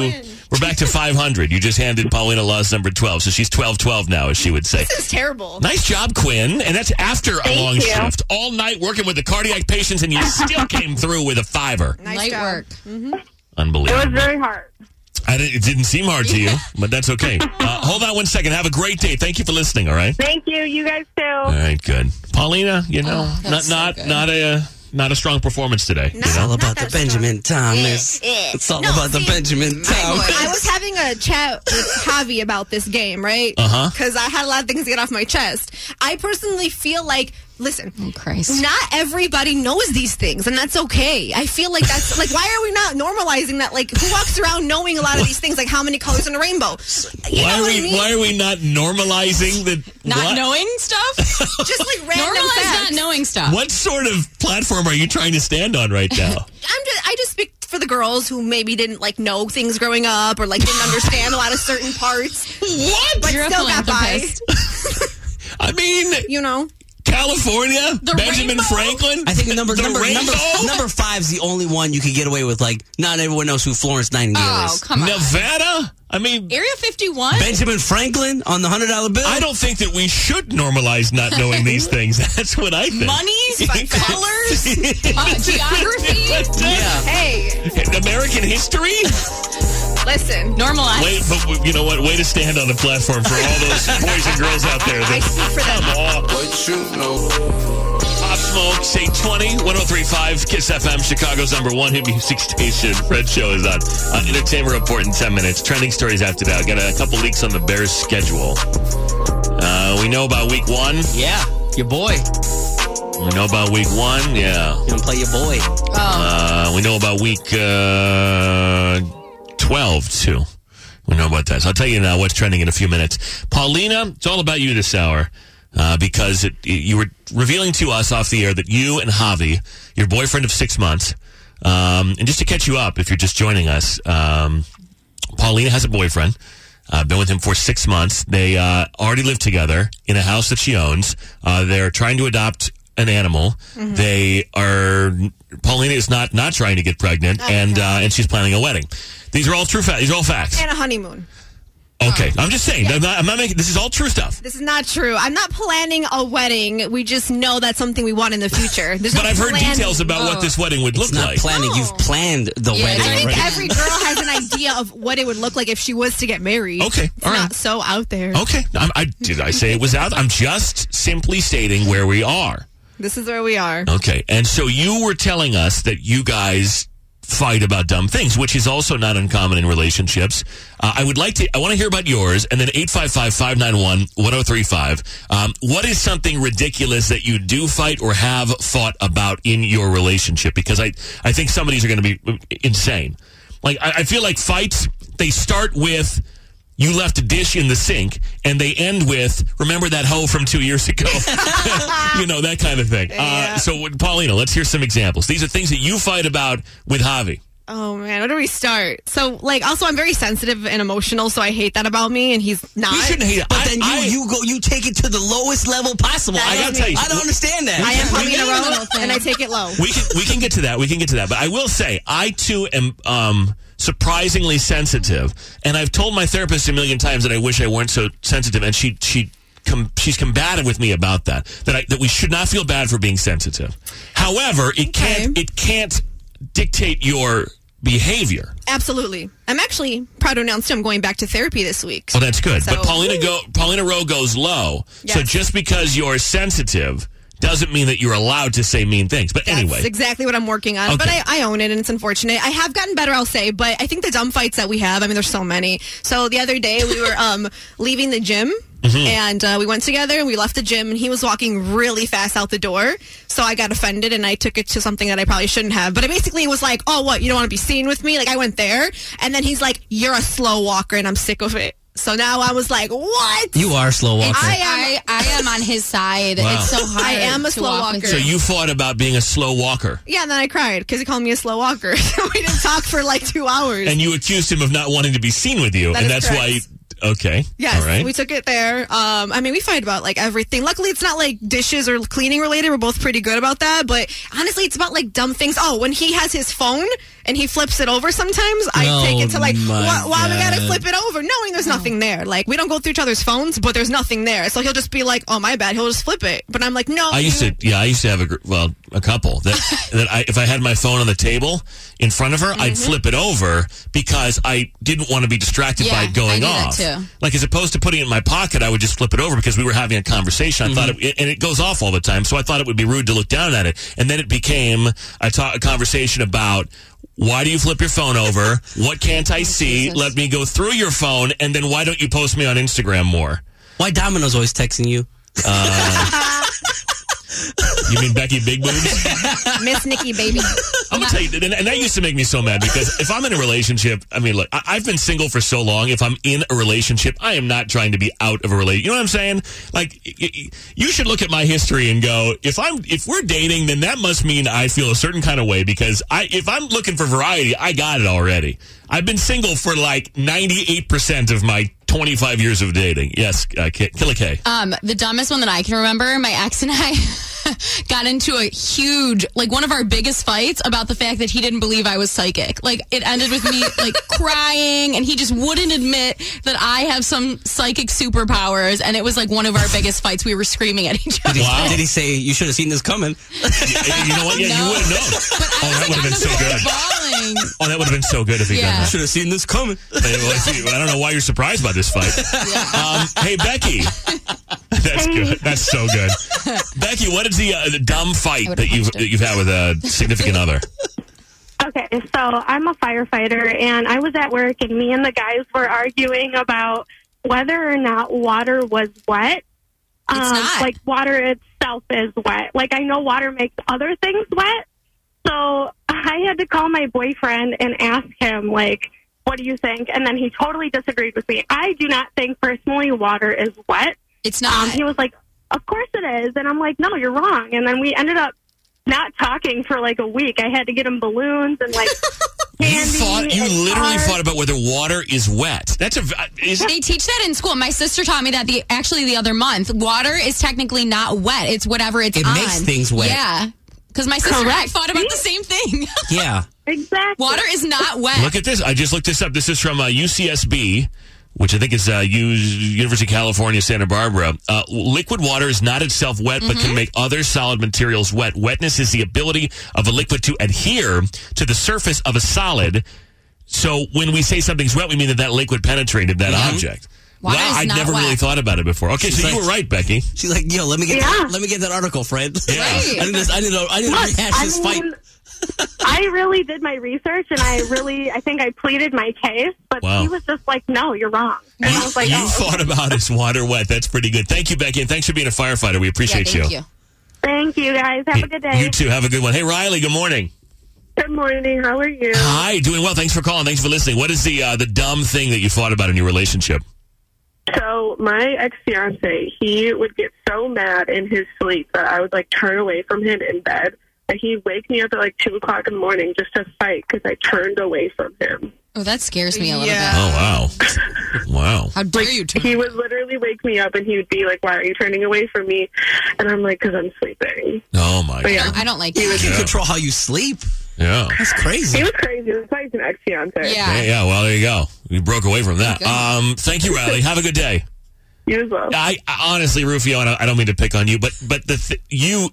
C: we're back to five hundred. You just handed Paulina Laws number twelve, so she's twelve twelve now, as she would say.
K: This is terrible.
C: Nice job, Quinn. And that's after a
K: Thank
C: long
K: you.
C: shift, all night working with the cardiac patients, and you still came through with a fiver.
K: Nice Light work. Mm-hmm.
C: Unbelievable.
K: was very hard.
C: I didn't, it didn't seem hard to you, but that's okay. Uh, hold on one second. Have a great day. Thank you for listening. All right.
M: Thank you. You guys too.
C: All right. Good. Paulina, you know,
M: Oh,
C: not
M: that's so
C: not
M: good.
C: not a uh, not a strong performance today. you know?
L: all about the Benjamin Thomas. It's all about the Benjamin Thomas.
K: I was having a chat with Javi about this game, right?
L: Uh-huh.
K: Because I had a lot of things to get off my chest. I personally feel like, listen,
D: Christ.
K: not everybody knows these things, and that's okay. I feel like that's like, why are we not normalizing that? Like, who walks around knowing a lot of these things, like how many colors in a rainbow? You know
C: why are
K: what
C: we
K: I mean?
C: Why are we not normalizing the
K: Not
C: what?
D: knowing stuff?
K: Just like random
D: Normalize
K: facts.
D: not knowing stuff.
C: What sort of platform are you trying to stand on right now?
K: I'm just I just speak for the girls who maybe didn't like know things growing up or like didn't understand a lot of certain parts. What? But
D: You're a
K: still got by.
D: philanthropist.
C: I mean,
K: you know,
C: California,
K: The
C: Benjamin
K: rainbow?
C: Franklin.
L: I think number
C: the
L: number number,
C: rainbow?
L: number five's the only one you could get away with. Like, not everyone knows who Florence Nightingale
D: Oh,
L: is.
D: come on.
C: Nevada. I mean,
D: Area 51?
L: Benjamin Franklin on the hundred dollar bill.
C: I don't think that we should normalize not knowing these things. That's what I think.
D: Monies? colors? uh, geography?
K: Hey,
C: American history?
K: listen.
D: Normalize.
C: Wait, but w- you know what? Way to stand on the platform for all those boys and girls out there. That,
K: for them.
C: What you know? Pop Smoke, say 20, 1035, Kiss FM, Chicago's number one hit music station. Fred Show is on. Uh, Entertainment Report in 10 minutes. Trending stories after that. Got a couple leaks on the Bears' schedule. Uh, we know about week one.
L: Yeah, your boy.
C: We know about week one. Yeah.
L: You don't play your boy.
K: Oh,
C: Uh, we know about week uh, 12, too. We know about that. So I'll tell you now what's trending in a few minutes. Paulina, it's all about you this hour uh, because it, it- you were revealing to us off the air that you and Javi, your boyfriend of six months, um, and just to catch you up, if you're just joining us, um, Paulina has a boyfriend. Uh, been with him for six months. They uh, already live together in a house that she owns. Uh, they're trying to adopt an animal. They are Paulina is not not trying to get pregnant, and uh, and she's planning a wedding. These are all true facts. These are all facts.
K: And a honeymoon.
C: Okay, I'm just saying. I'm, not, I'm not making this is all true stuff.
K: This is not true. I'm not planning a wedding. We just know that's something we want in the future. There's
C: But
K: no
C: I've heard
K: planning.
C: details about
K: Oh.
C: what this wedding would
L: It's
C: look
L: not
C: like.
L: planning. You've planned the
K: I
L: wedding.
K: think
L: already.
K: every girl has an idea of what it would look like if she was to get married.
C: Okay,
K: It's
C: all right.
K: not so out there.
C: Okay, I'm, I did I say it was out? I'm just simply stating where we are.
K: This is where we are.
C: Okay. And so you were telling us that you guys fight about dumb things, which is also not uncommon in relationships. Uh, I would like to, I want to hear about yours and then 855 591 1035. Um, What is something ridiculous that you do fight or have fought about in your relationship? Because I, I think some of these are going to be uh, insane. Like, I, I feel like fights, they start with, you left a dish in the sink, and they end with, remember that hoe from two years ago? you know, that kind of thing. Uh, so, what- Paulina, let's hear some examples. These are things that you fight about with Javi.
K: Oh man, where do we start? So like, also I'm very sensitive and emotional, so I hate that about me, and he's not.
C: You shouldn't hate it.
L: But
C: I-
L: then you,
C: I-
L: you go you take it to the lowest level possible.
K: That
L: I
K: is
L: gotta
K: me.
L: tell you, I don't understand that.
K: I am
L: We-
K: hugging
L: we-
K: a rope, and I take it low.
C: We can, we can get to that. We can get to that. But I will say, I too am um, surprisingly sensitive, and I've told my therapist a million times that I wish I weren't so sensitive, and she she. Com- she's combative with me about that. That I, that we should not feel bad for being sensitive. However, it can't it can't dictate your behavior.
K: Absolutely. I'm actually proud to announce I'm going back to therapy this week.
C: Oh, that's good.
K: So-
C: but Paulina go Paulina Rowe goes low. So
K: Yes.
C: just because you're sensitive doesn't mean that you're allowed to say mean things. But anyway,
K: That's exactly what I'm working on. But
C: Okay.
K: I, I own it, and it's unfortunate. I have gotten better, I'll say. But I think the dumb fights that we have. I mean, there's so many. So the other day we were um, leaving the gym.
C: Mhm.
K: And uh, we went together and we left the gym, and he was walking really fast out the door. So I got offended and I took it to something that I probably shouldn't have. But I basically was like, Oh, what? You don't want to be seen with me? Like, I went there. And then he's like, You're a slow walker, and I'm sick of it. So now I was like, What?
L: You are a slow walker.
K: I
D: am, I, am on his side.
C: Wow.
D: It's so hard.
K: I am a
D: to
K: slow
D: walk with
K: walker.
C: so you fought about being a slow walker,
K: Yeah, and then I cried because he called me a slow walker. we didn't talk for like two hours.
C: and you accused him of not wanting to be seen with you,
K: That is
C: and that's why. Okay.
K: yes,
C: All right.
K: we took it there. Um, I mean, we fight about like everything. Luckily, it's not like dishes or cleaning related. We're both pretty good about that. But honestly, it's about like dumb things. Oh, when he has his phone and he flips it over, sometimes I
L: Oh,
K: take it to like,
L: my
K: why, why we gotta
L: God.
K: flip it over? Knowing there's nothing there. Like we don't go through each other's phones, but there's nothing there. So he'll just be like, oh my bad. He'll just flip it. But I'm like, no.
C: I used to, yeah, I used to have a gr- well, a couple that that I, if I had my phone on the table in front of her, I'd
K: Mhm.
C: flip it over because I didn't want to be distracted
K: Yeah,
C: by it going
K: I do that
C: off.
K: too.
C: Like as opposed to putting it in my pocket, I would just flip it over because we were having a conversation. I
K: Mm-hmm.
C: thought, it, and it goes off all the time, so I thought it would be rude to look down at it. And then it became a, ta- a conversation about. Why do you flip your phone over? What can't
K: Oh,
C: I see? Let me go through your phone, and then why don't you post me on Instagram more?
L: Why Domino's always texting you?
C: Uh, you mean Becky Big Boobs?
K: Miss Nikki, baby.
C: I'm gonna tell you, and, and that used to make me so mad because if I'm in a relationship, I mean, look, I, I've been single for so long. If I'm in a relationship, I am not trying to be out of a relationship. You know what I'm saying? Like, y- y- you should look at my history and go, if I'm if we're dating, then that must mean I feel a certain kind of way because I if I'm looking for variety, I got it already. I've been single for like 98 percent of my 25 years of dating. Yes, uh, K- Killer K.
D: Um, the dumbest one that I can remember, my ex and I got into a huge, like one of our biggest fights about the fact that he didn't believe I was psychic. Like it ended with me like crying and he just wouldn't admit that I have some psychic superpowers. And it was like one of our biggest fights. We were screaming at each other.
L: Did he, did he say you should have seen this coming?
C: you know what? Yeah, you would know. Oh, that would have been so good.
D: Bawling.
C: Oh, that would have been so good if he
D: Yeah.
C: done that.
L: Should have seen this coming.
C: But it was- I don't know why you're surprised by this fight. Um, hey, Becky. That's good. That's so good. Becky, what is the, uh, the dumb fight that you've, that you've had with a significant other?
M: Okay, so I'm a firefighter, and I was at work, and me and the guys were arguing about whether or not water was wet. Um,
N: It's not.
M: Like water itself is wet. Like I know water makes other things wet, so I had to call my boyfriend and ask him like, "What do you think?" And then he totally disagreed with me. I do not think personally water is wet.
D: It's not.
M: Um, he was like, "Of course it is," and I'm like, "No, you're wrong." And then we ended up not talking for like a week. I had to get him balloons and like
C: You thought you literally
D: hard.
C: thought about whether water is wet. That's a v- uh, is
D: They teach that in school. My sister taught me that the actually the other month. Water is technically not wet. It's whatever it's
L: It
D: on.
L: makes things wet.
D: Yeah. Because my sister and I
L: Correct.
D: thought about the same thing.
L: Yeah.
M: Exactly.
D: Water is not wet.
C: Look at this. I just looked this up. This is from uh, UCSB, which I think is uh, U- University of California, Santa Barbara. Uh, liquid water is not itself wet, but can make other solid materials wet. Wetness is the ability of a liquid to adhere to the surface of a solid. So when we say something's wet, we mean that that liquid penetrated that object.
L: Water
C: wow,
L: is
C: I
L: not
C: never really
L: wet.
C: thought about it before. Okay,
L: She's
C: so you
L: like-
C: were right, Becky.
L: She's like, yo, let me get
M: Yeah.
L: that, let me get that article, friend.
C: Yeah.
L: I need this. I need to. I need to
M: Look,
L: rehash
M: I
L: this fight.
M: mean, I really did my research, and I really, I think I pleaded my case, but
C: Wow.
M: he was just like, "No, you're wrong." And I was like,
C: you
M: "Oh,
C: thought about is water wet. That's pretty good. Thank you, Becky, and thanks for being a firefighter. We appreciate
M: Thank you, guys. Have a good day.
C: You too. Have a good one. Hey, Riley. Good morning.
M: Good morning. How are you?
C: Hi, doing well. Thanks for calling. Thanks for listening. What is the uh, the dumb thing that you fought about in your relationship?
N: So my ex fiance, he would get so mad in his sleep that I would like turn away from him in bed, and he'd wake me up at like two o'clock in the morning just to fight because I turned away from him.
D: Oh, that scares me a little
N: Yeah.
D: bit.
C: Oh wow, wow.
D: How dare you?
N: He would literally wake me up, and he would be like, "Why are you turning away from me?" And I'm like, "Cause I'm sleeping."
C: Oh my
N: But yeah.
D: I don't like
L: You
D: that.
L: can
C: Yeah.
L: control how you sleep.
C: Yeah.
L: That's crazy.
N: He was crazy. That's why he's an ex fiance.
D: Yeah.
C: Hey, yeah. Well, there you go. You broke away from that.
N: Good.
C: Um, thank you, Riley. Have a good day.
N: You as well.
C: I, I honestly, Rufio, and I, I don't mean to pick on you, but but the th- you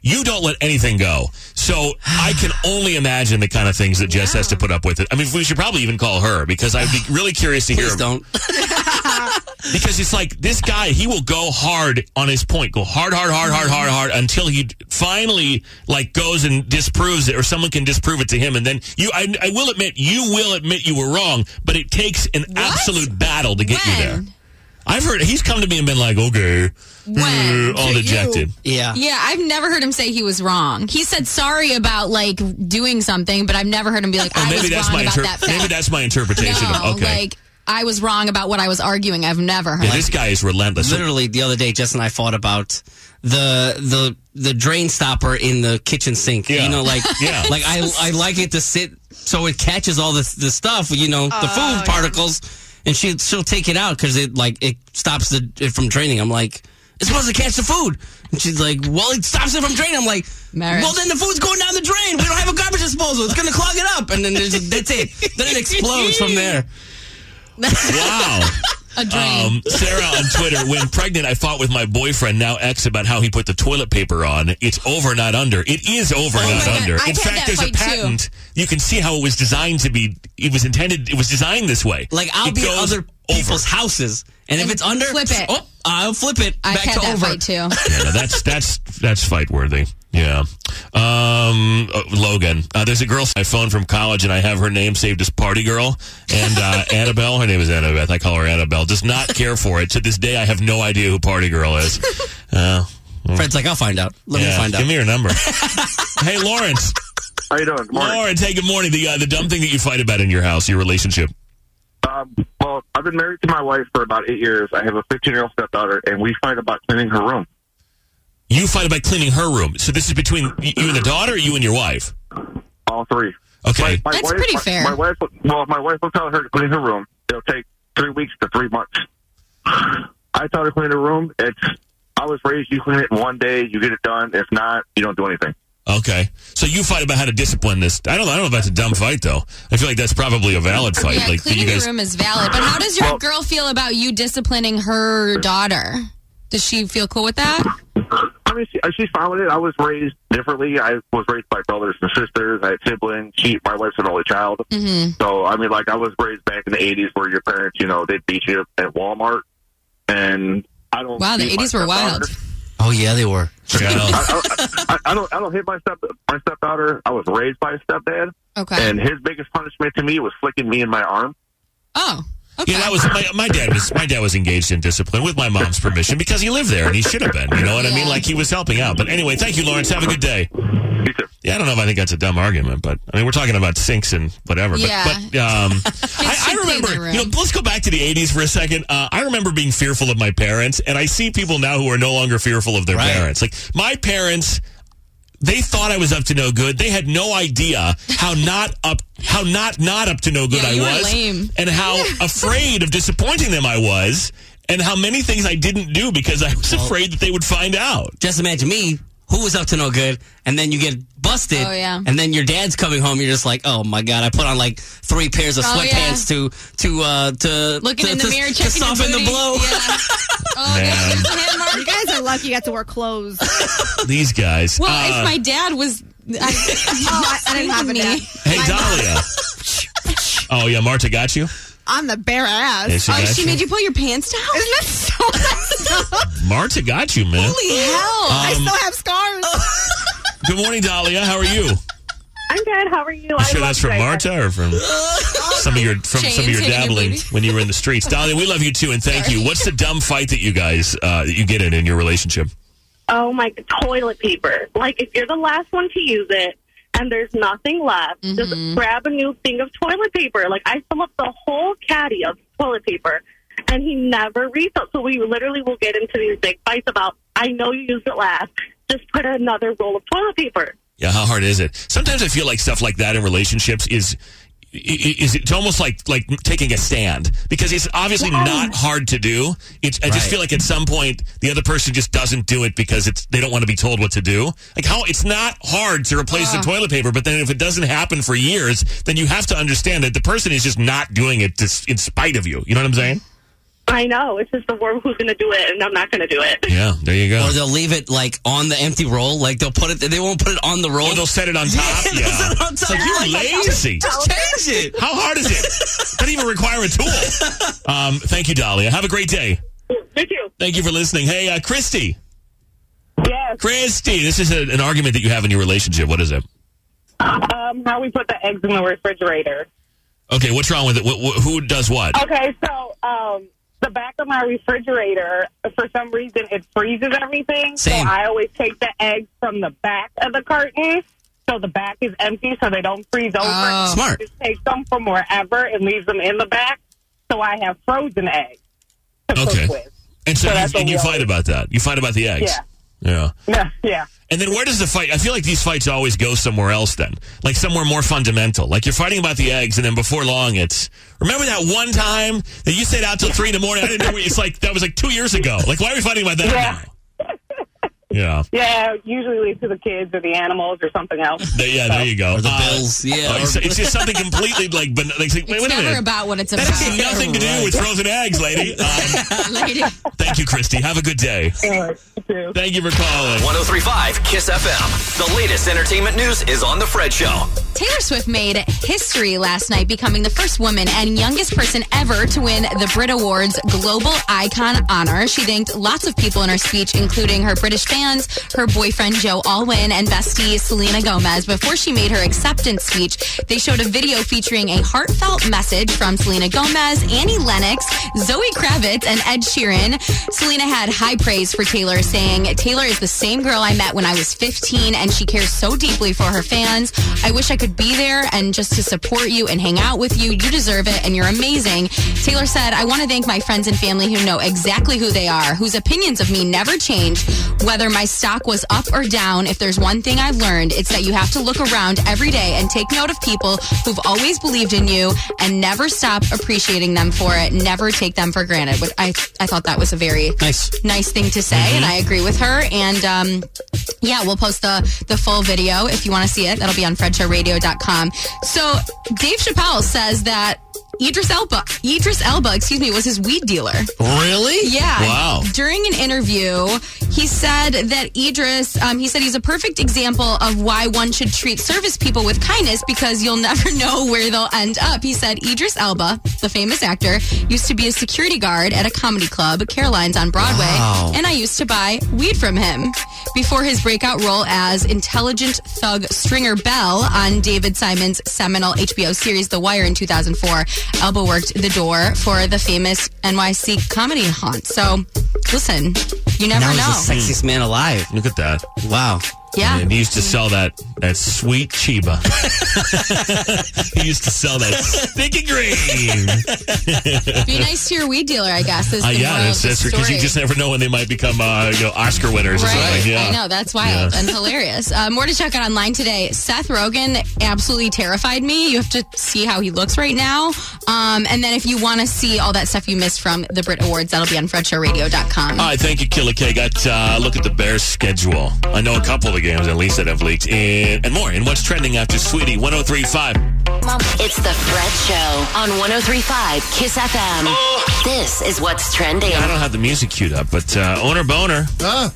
C: you don't let anything go. So I can only imagine the kind of things that Jess has to put up with. It. I mean, we should probably even call her because I'd be really curious to hear.
L: Please don't.
C: because it's like this guy, he will go hard on his point, go hard, hard, hard, hard, hard, hard until he finally like goes and disproves it, or someone can disprove it to him, and then you. I, I will admit, you will admit you were wrong, but it takes an absolute battle to get you there. I've heard he's come to me and been like, okay,
D: When?
C: uh, all
D: To you.
C: dejected.
D: Yeah, I've never heard him say he was wrong. He said sorry about like doing something, but I've never heard him be like,
C: Oh,
D: I
C: maybe
D: was
C: that's
D: wrong
C: my
D: about
C: inter-
D: that fact.
C: maybe that's my interpretation.
D: no,
M: Oh,
C: of, okay,
D: like I was wrong about what I was arguing. I've never heard.
C: yeah, this guy is relentless.
L: Literally the other day, Jess and I fought about the the the drain stopper in the kitchen sink. You know, like
C: Yeah.
L: like I I like it to sit so it catches all the the stuff. You know, the
K: Oh, yeah.
L: food particles, and she she'll take it out because it like it stops the it from draining. I'm like. It's supposed to catch the food. And she's like, well, it stops it from draining. I'm like,
K: Marriage.
L: well, then the food's going down the drain. We don't have a garbage disposal. It's going to clog it up. And then there's, that's it. Then it explodes from there.
C: Wow.
D: A
C: Um, Sarah on Twitter, when pregnant, I fought with my boyfriend, now ex, about how he put the toilet paper on. It's over, not under. It is over,
K: Oh my
C: not
K: God,
C: under.
K: I've
C: In
K: had
C: fact,
K: that
C: there's a
K: fight too.
C: patent. You can see how it was designed to be, it was intended, it was designed this way.
L: Like I'll
C: It
L: be at
C: goes
L: other people's houses, and,
D: And
L: if it's under,
D: flip it.
L: Oh, I'll flip it
D: I've
L: back
D: had
L: to
D: that
L: over.
D: fight too.
C: yeah, no, that's that's that's fight worthy. Yeah, um, uh, Logan. Uh, there's a girl on my phone from college, and I have her name saved as Party Girl. And uh, Annabelle, her name is Annabeth. I call her Annabelle. Does not care for it. To this day, I have no idea who Party Girl is. Uh,
L: Fred's like, I'll find out. Let me
C: yeah,
L: find out.
C: Give me your number. hey, Lawrence.
I: How you doing? Good morning.
C: Lawrence, hey, good morning. The uh, the dumb thing that you fight about in your house, your relationship.
I: Um, well, I've been married to my wife for about eight years. I have a 15 year old stepdaughter, and we fight about cleaning her room.
C: You fight about cleaning her room. So this is between you and the daughter, or you and your wife.
I: All three.
C: Okay.
I: My
D: That's
I: wife,
D: pretty
I: my,
D: fair.
I: My wife, well, my wife will tell her to clean her room. It'll take three weeks to three months. I tell her to clean her room. It's I was raised. You clean it in one day, you get it done. If not, you don't do anything.
C: Okay, so you fight about how to discipline this. I don't. I don't know if that's a dumb fight though. I feel like that's probably a valid fight.
D: Yeah,
C: like
D: cleaning
C: you guys.
D: the room is valid. But how does your girl feel about you disciplining her daughter? Does she feel cool with that?
I: I mean, she, she's fine with it. I was raised differently. I was raised by brothers and sisters. I had siblings. She, my wife's an only child.
D: Mhm.
I: So, I mean, like, I was raised back in the 80s where your parents, you know, they'd beat you at Walmart. And I don't.
D: Wow, the
I: beat my
D: 80s were wild.
I: stepdaughter.
L: Oh yeah, they were.
I: I, I, I don't. I don't hit my step my stepdaughter. I was raised by a stepdad,
D: Okay.
I: and his biggest punishment to me was flicking me in my arm.
D: Oh.
C: Yeah, that was my, my dad was my dad was engaged in discipline with my mom's permission because he lived there and he should have been. You know what I mean? Like he was helping out. But anyway, thank you, Lawrence. Have a good day. Yeah, I don't know if I think that's a dumb argument, but I mean we're talking about sinks and whatever. but-
K: Yeah.
C: But, um, I, I remember.
K: their room.
C: You know, let's go back to the '80s for a second. Uh, I remember being fearful of my parents, and I see people now who are no longer fearful of their parents. Like my parents they thought I was up to no good. They had no idea how not up, how not not up to no good
K: Yeah,
C: I
K: you were
C: was,
K: lame.
C: and how afraid of disappointing them I was, and how many things I didn't do because I was afraid that they would find out.
L: Just imagine me, who was up to no good, and then you get busted.
D: Oh, yeah.
L: And then your dad's coming home. You're just like, oh my god, I put on like three pairs of
D: Oh, yeah.
L: sweatpants to to uh to
D: Looking
L: to,
D: in the
L: to-
D: mirror,
L: to
D: checking your
L: soften the
D: booty.
L: blow.
D: Yeah.
K: Oh,
C: Man,
K: You guys are lucky you got to wear clothes.
C: these guys.
D: Well,
C: Uh,
D: if my dad was, I,
K: Oh, I- I didn't have a dad.
C: hey, Dahlia. oh yeah, Marta got you.
K: I'm the bare ass.
C: Yeah, she got
K: you
C: you.
K: pull your pants down? Isn't that so messed up?
C: Marta got you, man.
K: Holy hell. I
C: Um,
K: still have scars.
C: Good morning, Dahlia. How are you?
M: I'm good. How are you?
C: You sure that's from Marta or from some of your from some of
M: Chains
C: your
M: hitting your
C: dabbling
M: booty.
C: when you were in the streets? Dahlia, we love you too, and thank you. What's the dumb fight that you guys uh, that you get in in your relationship?
M: Oh my toilet paper. Like if you're the last one to use it and there's nothing left, just grab a new thing of toilet paper. Like I fill up the whole caddy of toilet paper and he never refills. So we literally will get into these big fights about I know you used it last. Just put another roll of toilet paper.
C: Yeah, how hard is it? Sometimes I feel like stuff like that in relationships is i- i- is it's almost like like taking a stand because it's obviously
K: Yeah.
C: not hard to do. It's I just
K: Right.
C: feel like at some point the other person just doesn't do it because it's they don't want to be told what to do. Like how it's not hard to replace the
K: Ugh.
C: toilet paper, but then if it doesn't happen for years, then you have to understand that the person is just not doing it to, in spite of you. You know what I'm saying?
M: I know. It's just the worm who's going to do it, and I'm not going to do it.
C: Yeah, there you go.
L: Or they'll leave it like on the empty roll. Like they'll put it. They won't put it on the roll.
C: they'll set it on top. Yeah.
L: Yeah, They'll set it on
C: It's
L: top.
C: like, you're lazy.
L: Just change it.
C: How hard is it? Doesn't even require a tool. Um, thank you, Dahlia. Have a great day.
M: Thank you.
C: Thank you for listening. Hey, uh, Christy.
O: Yes.
C: Christy, this is a, an argument that you have in your relationship. What is it?
O: Um, how we put the eggs in the refrigerator. Oh,
C: Okay, what's wrong with it? What, what, who does what?
O: Okay, so um, the back of my refrigerator, for some reason, it freezes everything.
C: Same.
O: So I always take the eggs from the back of the carton. So the back is empty, so they don't freeze over.
L: Oh. Smart.
O: Just takes them from wherever and leaves them in the back. So I have frozen eggs.
C: Okay. And so, you, and you fight about that. You fight about the eggs.
O: Yeah.
C: Yeah.
O: yeah.
C: And then where does the fight? I feel like these fights always go somewhere else. Then, like somewhere more fundamental. Like you're fighting about the eggs, and then before long, it's remember that one time that you stayed out till three in the morning. I didn't know. What, it's like that was like two years ago. Like why are we fighting about that
O: Yeah.
C: now? Yeah.
O: Yeah, usually leads to the kids or the animals or something else.
C: There- yeah. There you go. the
L: bills. Yeah.
C: it's, it's just something completely like. But like, wait, wait a
D: it's never
C: minute.
D: about what it's
C: That
D: about.
C: has nothing to do with frozen eggs, lady. Um,
D: Lady.
C: thank you, Christy. Have a good day. Thank you for
B: 1035
C: calling.
B: Kiss FM. The latest entertainment news is on The Fred Show.
D: Taylor Swift made history last night, becoming the first woman and youngest person ever to win the Brit Awards Global Icon Honor. She thanked lots of people in her speech, including her British fans, her boyfriend Joe Alwyn, and bestie Selena Gomez. Before she made her acceptance speech, they showed a video featuring a heartfelt message from Selena Gomez, Annie Lennox, Zoe Kravitz, and Ed Sheeran. Selena had high praise for Taylor, saying, Taylor is the same girl I met when I was 15, and she cares so deeply for her fans. I wish I could be there and just to support you and hang out with you. You deserve it, and you're amazing. Taylor said, I want to thank my friends and family who know exactly who they are, whose opinions of me never change, whether my stock was up or down. If there's one thing I've learned, it's that you have to look around every day and take note of people who've always believed in you and never stop appreciating them for it. Never take them for granted. Which I, I thought that was a very
L: nice
D: nice thing to say, and
F: Mm-hmm.
D: I agree with her. And um, yeah, we'll post the the full video if you want to see it. That'll be on FredShowRadio.com. So Dave Chappelle says that Idris Elba, Idris Elba, excuse me, was his weed dealer.
F: Really?
D: Yeah.
F: Wow.
D: During an interview, he said that Idris, um, he said he's a perfect example of why one should treat service people with kindness because you'll never know where they'll end up. He said Idris Elba, the famous actor, used to be a security guard at a comedy club, Caroline's on Broadway,
P: Wow.
D: and I used to buy weed from him before his breakout role as intelligent thug Stringer Bell on David Simon's seminal HBO series The Wire in 2004. Elba worked the door for the famous NYC comedy haunt. So, listen, you never
L: now
D: know.
L: he's the sexiest man alive.
C: Look at that.
L: Wow.
D: Yeah.
C: And he used to sell that that sweet Chiba. he used to sell that stinky green.
D: Be nice to your weed dealer, I guess. Is
C: Uh,
D: the
C: yeah,
D: moral
C: that's,
D: of the
C: that's because you
D: story.
C: just never know when they might become uh, you know, Oscar winners or
D: Right.
C: something. Yeah.
D: I know. That's wild
C: Yeah.
D: and hilarious. Uh, more to check out online today. Seth Rogen absolutely terrified me. You have to see how he looks right now. Um, and then if you want to see all that stuff you missed from the Brit Awards, that'll be on FredShowRadio.com.
C: All right, thank you, Killer K. Got uh, look at the Bears' schedule. I know a couple of the games at least that have leaked, and, and more. And what's trending after Sweetie 1035.
H: It's the Fred Show on 1035 Kiss FM.
C: Oh.
H: This is what's trending.
C: I don't have the music queued up, but uh, owner boner.
F: Ah,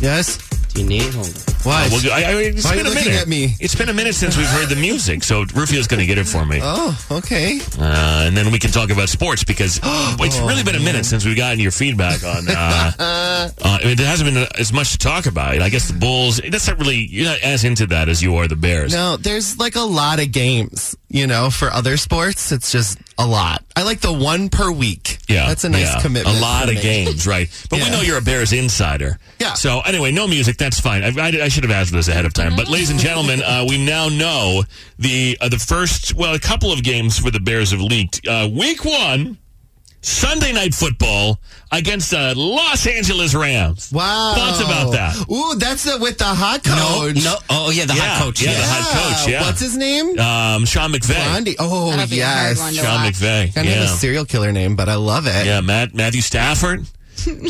F: yes.
L: Do you need?
F: Why?
C: Uh, we'll go- I- I- it's
F: Why are you
C: been a
F: looking
C: minute.
F: at me?
C: It's been a minute since we've heard the music, so Rufio's going to get it for me.
F: Oh, okay.
C: Uh, and then we can talk about sports because
F: Oh,
C: it's really been a minute since we've gotten your feedback on. Uh, uh, I mean, there hasn't been as much to talk about. I guess the Bulls. That's not really you're not as into that as you are the Bears.
F: No, there's like a lot of games, you know, for other sports. It's just a lot. I like the one per week.
C: Yeah,
F: That's a nice
C: yeah.
F: commitment.
C: A lot
F: for
C: of
F: me.
C: games, right? But we know you're a Bears insider. Yeah. So anyway, no music. That's fine. I, I, I should have asked this ahead of time. But ladies and gentlemen, uh, we now know the uh, the first well, a couple of games for the Bears have leaked. Uh, week one, Sunday night football against uh, Los Angeles Rams.
F: Wow.
C: Thoughts about that?
F: Oh. Ooh, that's the, with the hot coach.
L: no. Oh, yeah, the hot coach.
C: Yeah, the hot coach. Yeah.
F: What's his name?
C: Um, Sean McVay.
F: Blondie. Oh,
C: That'll be a hard
F: yes.
C: one to Sean watch. McVay,
F: Kind of
C: yeah.
F: a serial killer name, but I love it.
C: Yeah, Matt Matthew Stafford. Um,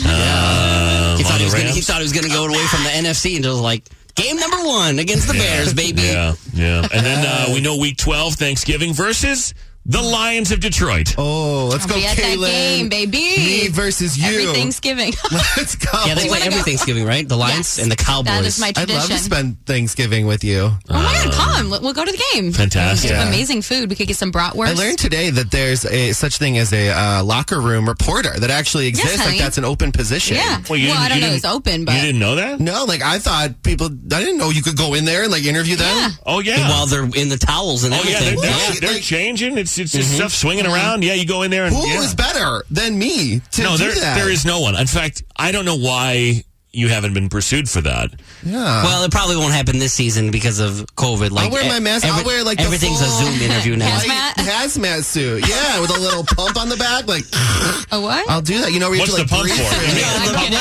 L: Uh, He thought
C: on the
L: he, was gonna, he
C: Rams.
L: thought he was going to go away from the NFC and just like game number one against the Bears, baby.
C: Yeah, yeah. And then uh, we know week 12, Thanksgiving versus The Lions of Detroit.
F: Oh, let's
D: I'll be at that game, baby.
F: Me versus you.
D: Every Thanksgiving.
F: Let's go.
L: Yeah, they
D: You
L: play
D: wanna
L: every
D: go?
L: Thanksgiving, right? The Lions and the Cowboys. Uh,
D: That is my
F: I'd love to
D: tradition.
F: spend Thanksgiving with you.
D: Oh my God, come. We'll go to the game.
F: Fantastic.
D: We have
F: Yeah.
D: amazing food. We could get some bratwurst.
F: I learned today that there's a such thing as a uh, locker room reporter that actually
D: Yes,
F: exists. like
D: honey.
F: that's an open position.
D: Yeah. Well, you Well, didn't- I don't you know it was didn't- open, but- you didn't
C: know that?
F: No, like I thought people. I didn't know you could go in there and like interview them.
C: Oh yeah.
L: While they're in the towels and
C: Oh yeah, they're,
L: everything.
C: they're, they're changing. It's it's just
L: Mhm.
C: stuff swinging around. Yeah, you go in there and
F: Mm-hmm. Who is
C: yeah.
F: better than me to
C: no,
F: do
C: there
F: that?
C: there is no one. In fact, I don't know why you haven't been pursued for that.
F: Yeah.
L: Well, it probably won't happen this season because of COVID. Like,
F: I'll wear my
L: e-
F: mask. I'll
L: every-
F: wear like
L: everything's
F: the
L: a
F: full
L: Zoom interview now.
F: white hazmat suit. Yeah, with a little pump on the back. Like
D: a what?
F: I'll do that. You know, where you
C: What's
F: have to,
C: the
F: like,
C: pump
F: breathe
C: for?
F: through it.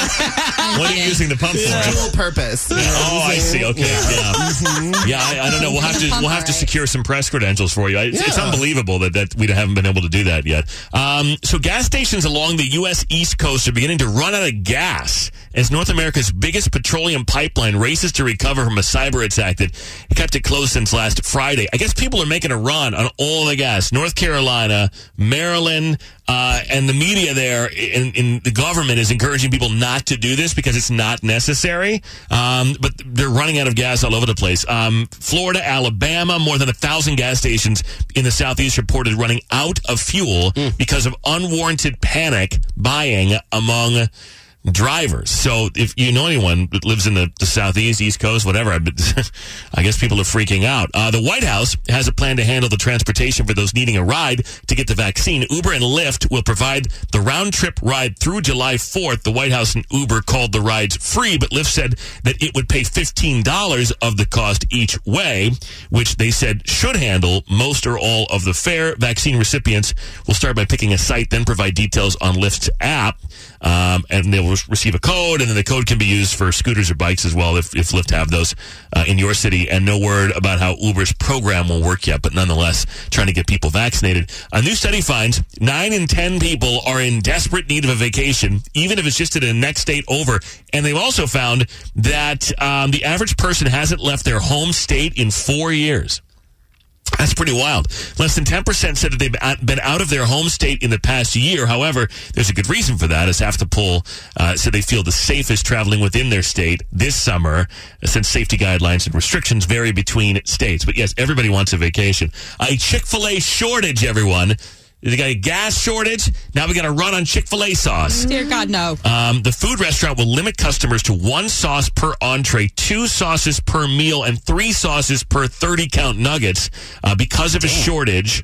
C: What are you using the pump for?
F: Dual purpose.
C: Oh, I see. Okay, yeah, yeah. I, I don't know. We'll have to
F: Pump,
C: we'll have to secure some press credentials for you. I, it's, it's
F: Yeah.
C: unbelievable that, that we haven't been able to do that yet. Um, so, gas stations along the U.S. East Coast are beginning to run out of gas as North America's biggest petroleum pipeline races to recover from a cyber attack that kept it closed since last Friday. I guess people are making a run on all the gas. North Carolina, Maryland, uh, and the media there in, in the government is encouraging people not to do this because it's not necessary. Um, but they're running out of gas all over the place. Um, Florida, Alabama, more than a thousand gas stations in the southeast reported running out of fuel because of unwarranted panic buying among drivers. So if you know anyone that lives in the, the southeast, east coast, whatever, I, I guess people are freaking out. Uh, the White House has a plan to handle the transportation for those needing a ride to get the vaccine. Uber and Lyft will provide the round trip ride through July 4th. The White House and Uber called the rides free, but Lyft said that it would pay $15 of the cost each way, which they said should handle most or all of the fare. Vaccine recipients will start by picking a site, then provide details on Lyft's app, um, and they will re- receive a code, and then the code can be used for scooters or bikes as well if, if Lyft have those uh, in your city. And no word about how Uber's program will work yet, but nonetheless, trying to get people vaccinated. A new study finds nine in 10 people are in desperate need of a vacation, even if it's just to the next state over. And they've also found that um, the average person hasn't left their home state in four years. That's pretty wild. Less than 10% said that they've out- been out of their home state in the past year. However, there's a good reason for that, as half the poll uh, said they feel the safest traveling within their state this summer, uh, since safety guidelines and restrictions vary between states. But yes, everybody wants a vacation. A Chick fil A shortage, everyone. They got a gas shortage. Now we got to run on Chick fil A sauce.
D: Dear God, no.
C: Um, the food restaurant will limit customers to one sauce per entree, two sauces per meal, and three sauces per 30 count nuggets uh, because of a shortage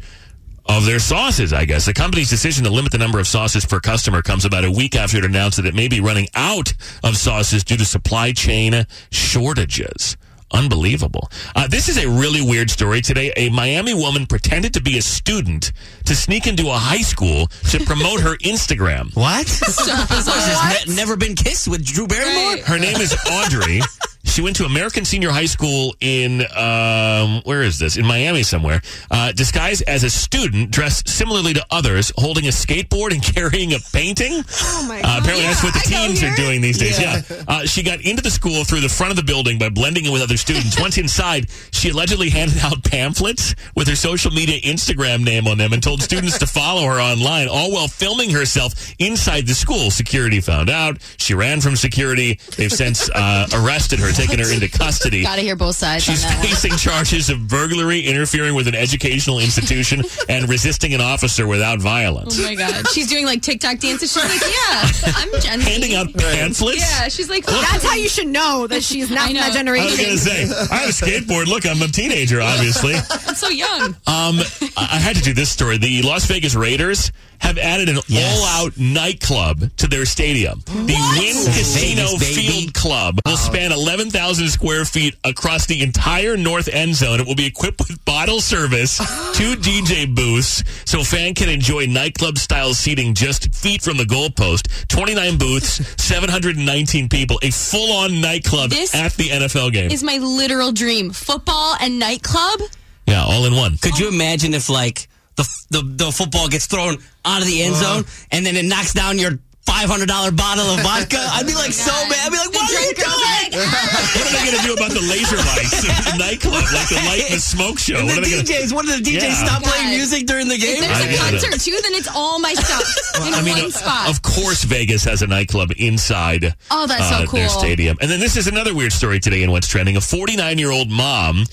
C: of their sauces, I guess. The company's decision to limit the number of sauces per customer comes about a week after it announced that it may be running out of sauces due to supply chain shortages. Unbelievable. Uh, this is a really weird story today. A Miami woman pretended to be a student to sneak into a high school to promote her Instagram.
L: What?
D: bizarre.
L: What? Ne- never been kissed with Drew Barrymore?
C: Her name is Audrey. She went to American Senior High School in um, where is this? In Miami somewhere. Uh, disguised as a student, dressed similarly to others, holding a skateboard and carrying a painting. Oh my! Uh, apparently, that's what the teens are doing these days. Yeah. Uh, she got into the school through the front of the building by blending in with other students. Once inside, she allegedly handed out pamphlets with her social media Instagram name on them and told students to follow her online, all while filming herself inside the school. Security found out. She ran from security. They've since uh, arrested her, taken her into custody.
D: Gotta hear both sides
C: She's
D: on that one.
C: facing charges of burglary, interfering with an educational institution, and resisting an officer without violence.
D: Oh my God. She's doing like TikTok dances. She's like, yeah, I'm Gen Z.
C: Handing out pamphlets?
D: Yeah, she's like,
K: That's how you should know that she's not
D: I
K: from that
D: know.
C: I was
K: generation.
C: going to say, I have a skateboard. Look, I'm a teenager, obviously.
D: I'm so young.
C: Um, I I had to do this story. The Las Vegas Raiders have added an all-out nightclub to their stadium. The Wynn Casino
L: Vegas, baby.
C: Field Club will span 11,000 square feet across the entire north end zone. It will be equipped with bottle service, two DJ booths, so fan can enjoy nightclub-style seating just feet from the goalpost. 29 booths, 719 people, a full-on nightclub
D: This
C: at the NFL game.
D: Is my literal dream football and nightclub?
C: yeah, all in one.
L: Could you imagine if like the the, the football gets thrown out of the end zone and then it knocks down your five hundred dollar bottle of vodka, I'd be like so mad. I'd be like, what are you doing?
C: What are they going to do about the laser lights in the nightclub, like the light in the smoke show?
L: And
C: what
L: the
C: are they gonna-
L: DJs, one of the DJs stop
D: God.
L: playing music during the game.
D: If there's
C: I
D: a
C: get it.
D: concert too, then it's all my stuff in
C: I mean,
D: one
C: of-
D: spot.
C: of course, Vegas has a nightclub inside
D: Oh, that's so
C: uh, their
D: cool.
C: stadium. And then this is another weird story today in What's Trending. A 49 year old mom,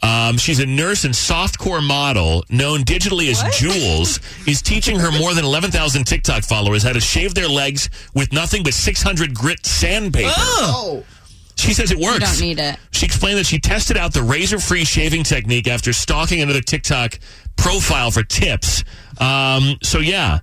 C: um, she's a nurse and softcore model known digitally as Jules, is teaching her more than 11,000 TikTok followers how to shave their legs with nothing but 600 grit sandpaper.
D: Oh.
C: She says it works.
D: You don't need it.
C: She explained that she tested out the razor free shaving technique after stalking another TikTok profile for tips. Um, so, yeah.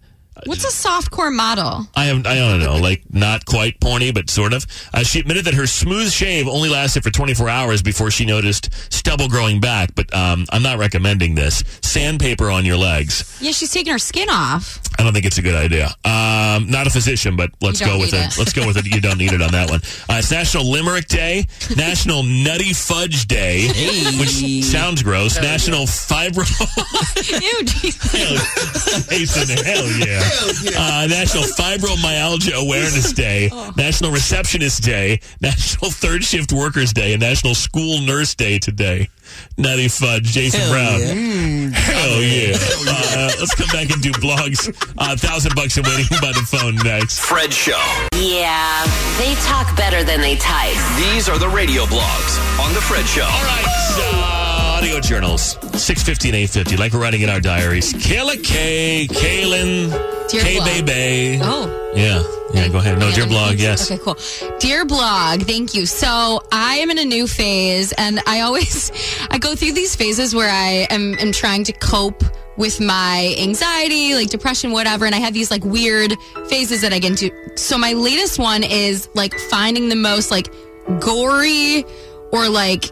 D: What's a softcore model?
C: I am. I don't know. Like not quite porny, but sort of. Uh, she admitted that her smooth shave only lasted for 24 hours before she noticed stubble growing back. But um, I'm not recommending this. Sandpaper on your legs.
D: Yeah, she's taking her skin off.
C: I don't think it's a good idea. Um, not a physician, but let's
D: You don't
C: go with
D: need
C: it.
D: it.
C: Let's go with it. You don't need it on that one. Uh, it's National Limerick Day, National Nutty Fudge Day, which sounds gross. National Fibro.
D: Ew, Jesus.
C: Jason, hell yeah. Oh. Uh, National Fibromyalgia Awareness Day, National Receptionist Day, National Third Shift Workers Day, and National School Nurse Day today. Nutty fudge, Jason
B: Hell
C: Brown.
B: yeah.
D: Mm.
C: Hell yeah. Uh, let's come back and do blogs. Uh, thousand bucks and waiting by the phone next.
B: Fred Show.
H: Yeah, they talk better than they type.
B: These are the radio blogs on The Fred Show. All
C: right. Uh, audio journals, 650 and 850, like we're writing in our diaries. Kayla K, Kaylin,
D: Dear
C: K
D: blog.
C: Bay Bay.
D: Oh.
C: Yeah. Yeah, go ahead. No, dear blog, yes.
D: Okay, cool. Dear blog, thank you. So I am in a new phase, and I always I go through these phases where I am, am trying to cope with my anxiety, like depression, whatever. And I have these like weird phases that I get into. So my latest one is like finding the most like gory or like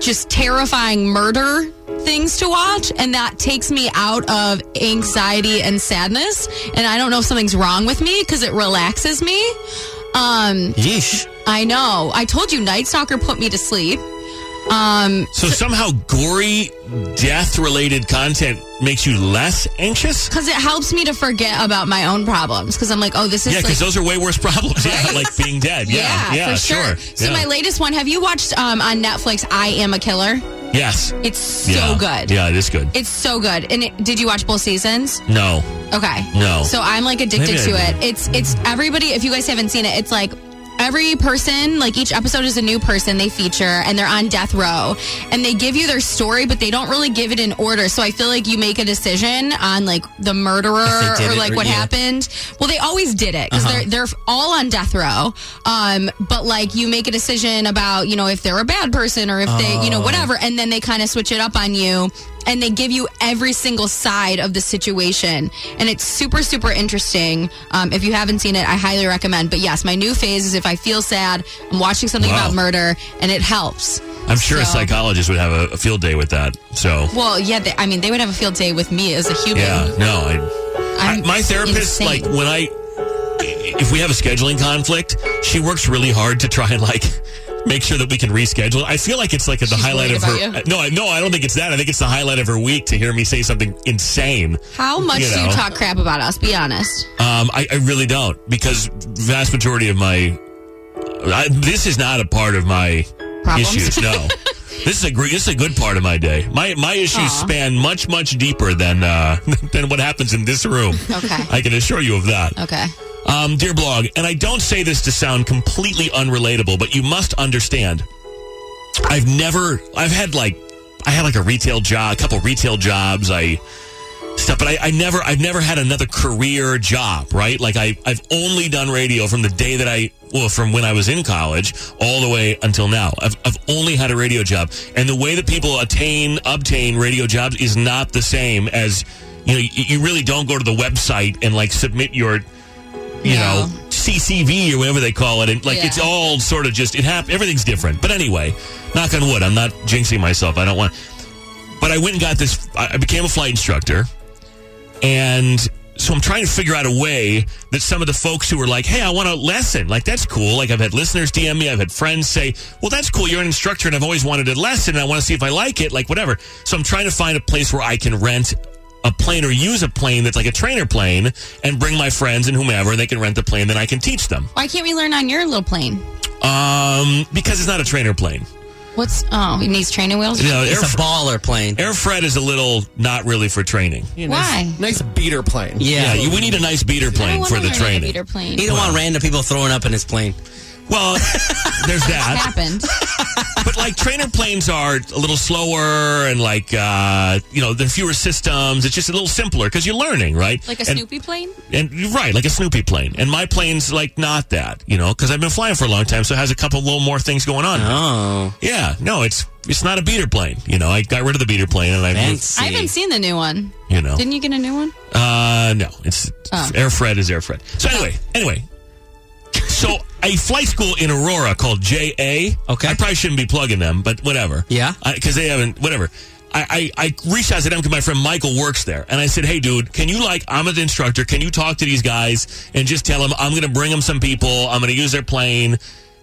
D: just terrifying murder things to watch and that takes me out of anxiety and sadness and I don't know if something's wrong with me because it relaxes me. Um
L: Yeesh.
D: I know. I told you Night Stalker put me to sleep. Um
C: So somehow gory death related content makes you less anxious?
D: because it helps me to forget about my own problems because I'm like, oh, this is
C: Yeah,
D: like
C: because those are way worse problems. Yeah, like being dead. Yeah, yeah,
D: for sure. So
C: yeah.
D: my latest one, have you watched um, on Netflix? I am a killer.
C: yes,
D: It's so
C: Yeah.
D: good.
C: Yeah, it is good.
D: It's so good. And it, did you watch both seasons?
C: No,
D: Okay.
C: No.
D: So I'm like addicted
C: Maybe I
D: to it.
C: did.
D: It's it's everybody. If you guys haven't seen it, it's like every person like each episode is a new person they feature and they're on death row and they give you their story but they don't really give it in order so i feel like you make a decision on like the murderer
P: If they did
D: or
P: it
D: like
P: or-
D: what
P: yeah.
D: happened well they always did it because
P: Uh-huh.
D: they're they're all on death row um but like you make a decision about you know if they're a bad person or if they you know
P: Oh.
D: whatever whatever, and then they kind of switch it up on you and they give you every single side of the situation and it's super super interesting um, if you haven't seen it i highly recommend but yes my new phase is if i feel sad i'm watching something
C: Wow.
D: about murder and it helps
C: I'm sure a
D: So-
C: psychologist would have a, a field day with that. So
D: well yeah they, i mean they would have a field day with me as a human
C: yeah, no, I,
D: I'm
C: my therapist
D: insane.
C: like when I if we have a scheduling conflict, she works really hard to try and like make sure that we can reschedule. I feel like it's like the highlight
D: worried
C: of her.
D: about
C: No, I no, I don't think it's that. I think it's the highlight of her week to hear me say something insane.
D: how much
C: You
D: do you
C: know.
D: talk crap about us be honest
C: Um, I, I really don't because vast majority of my I, this is not a part of my
D: Problems?
C: issues. No, this is a gre- this is a good part of my day. My my issues
D: Aw.
C: span much much deeper than uh, than what happens in this room.
D: Okay.
C: I can assure you of that.
D: okay
C: Um, dear blog, and I don't say this to sound completely unrelatable, but you must understand. I've never, I've had like, I had like a retail job, a couple retail jobs, I stuff, but I, I never, I've never had another career job, right? Like I, I've only done radio from the day that I, well, from when I was in college all the way until now. I've, I've only had a radio job, and the way that people attain, obtain radio jobs is not the same as, you know, you, you really don't go to the website and like submit your you know CCV or whatever they call it, and like
B: Yeah.
C: it's all sort of just it happened. Everything's different. But anyway, knock on wood, I'm not jinxing myself. I don't want. But I went and got this. I I became a flight instructor, and so I'm trying to figure out a way that some of the folks who were like, "Hey, I want a lesson," like that's cool. Like I've had listeners DM me, I've had friends say, "Well, that's cool. You're an instructor, and I've always wanted a lesson, and I want to see if I like it, like whatever." So I'm trying to find a place where I can rent a plane or use a plane that's like a trainer plane and bring my friends and whomever and they can rent the plane then I can teach them.
D: Why can't we learn on your little plane?
C: Um, because it's not a trainer plane.
D: What's oh, it needs training wheels?
C: You know,
L: It's a
C: baller plane. Airfred is a little not really for training.
D: Why?
F: Nice beater plane.
C: Yeah, you, we need a nice beater plane
D: wanna
C: for the
D: learn on a
C: training.
D: beater plane.
L: He don't want random people throwing up in his plane.
C: Well, there's that.
D: happened.
C: but like trainer planes are a little slower and like uh, you know there are fewer systems. It's just a little simpler because you're learning, right?
D: Like a
C: and,
D: Snoopy plane?
C: And you're right, like a Snoopy plane. And my plane's like not that, you know, because I've been flying for a long time, so it has a couple little more things going on.
L: Oh,
C: yeah, no, it's it's not a beater plane. You know, I got rid of the beater plane and I moved.
D: I haven't seen the new one.
C: You know.
D: Didn't you get a new one?
C: Uh, no, it's
D: Oh.
C: Air Fred is Air Fred. So anyway, anyway, so a flight school in Aurora called JA. Okay, I probably shouldn't be plugging them, but whatever. Yeah, because they haven't. Whatever. I, I, I reached out to them because my friend Michael works there, and I said, "Hey, dude, can you like? I'm an instructor. Can you talk to these guys and just tell them I'm going to bring them some people. I'm going to use their plane."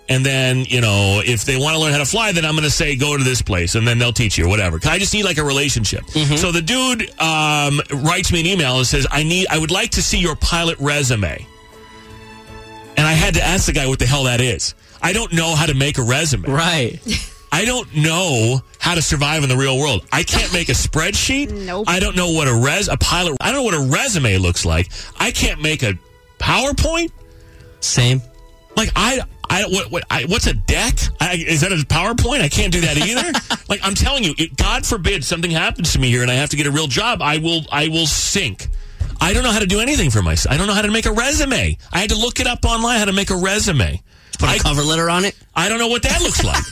C: And then, you know, if they want to learn how to fly, then I'm going to say, go to this place and then they'll teach you or whatever. 'Cause I just need like a relationship. So the dude um, writes me an email and says, I need, I would like to see your pilot resume. And I had to ask the guy what the hell that is. I don't know how to make a resume.
L: Right.
C: I don't know how to survive in the real world. I can't make a spreadsheet.
K: Nope.
C: I don't know what a res a pilot. I don't know what a resume looks like. I can't make a PowerPoint.
L: Same.
C: Like I I what, what I, what's a deck? I, is that a PowerPoint? I can't do that either. like I'm telling you, it, God forbid something happens to me here and I have to get a real job, I will I will sink. I don't know how to do anything for myself. I don't know how to make a resume. I had to look it up online how to make a resume. Put a
L: cover letter on it.
C: I don't know what that looks like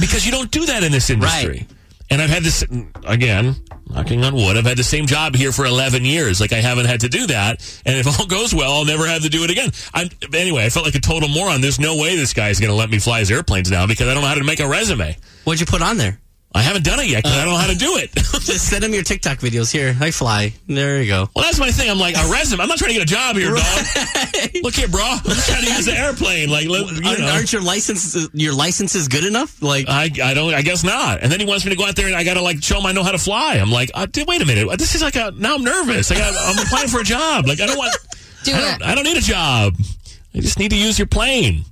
C: because you don't do that in this industry. And I've had this again, knocking on wood. I've had the same job here for eleven years. Like I haven't had to do that. And if all goes well, I'll never have to do it again. I'm, anyway, I felt like a total moron. There's no way this guy's going to let me fly his airplanes now because I don't know how to make a resume.
L: What'd you put on there?
C: I haven't done it yet because I don't know how to do it.
L: Just send him your TikTok videos. Here, I fly. There you go.
C: Well, that's my thing. I'm like a resume. I'm not trying to get a job here, dog. Look here, bro. I'm just trying to use the airplane. Like, let- you
L: Aren't-
C: know.
L: aren't your licenses your licenses good enough? Like,
C: I, I don't. I guess not. And then he wants me to go out there and I gotta like show him I know how to fly. I'm like, uh, dude, wait a minute. This is like a now I'm nervous. I got, I'm applying for a job. Like I don't want.
D: Do
C: I
D: it.
C: don't, I don't need a job. I just need to use your plane.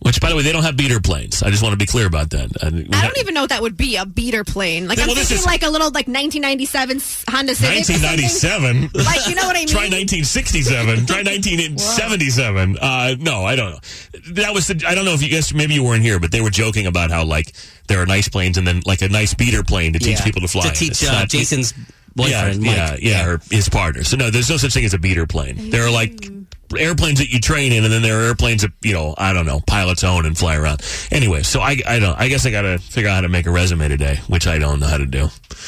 C: Which, by the way, they don't have beater planes. I just want to be clear about that. I,
K: I don't even know what that would be a beater plane. Like
C: Yeah,
K: I'm
C: well, this
K: thinking
C: is-
K: like a little like 1997 Honda Civic. or something.
C: 1997.
K: Like, you know what I mean?
C: Try 1967. Try 1977. Uh, no, I don't know. That was the, I don't know if you guys maybe you weren't here, but they were joking about how like there are nice planes and then like a nice beater plane to teach
L: Yeah.
C: people to fly.
L: To
C: in.
L: teach,
C: It's
L: uh,
C: not-
L: Jason's boyfriend,
C: yeah,
L: Mike.
C: yeah, yeah, or his partner. So no, there's no such thing as a beater plane. There are like airplanes that you train in, and then there are airplanes that you know I don't know pilots own and fly around. Anyway, so I I don't I guess I got to figure out how to make a resume today, which I don't know how to do.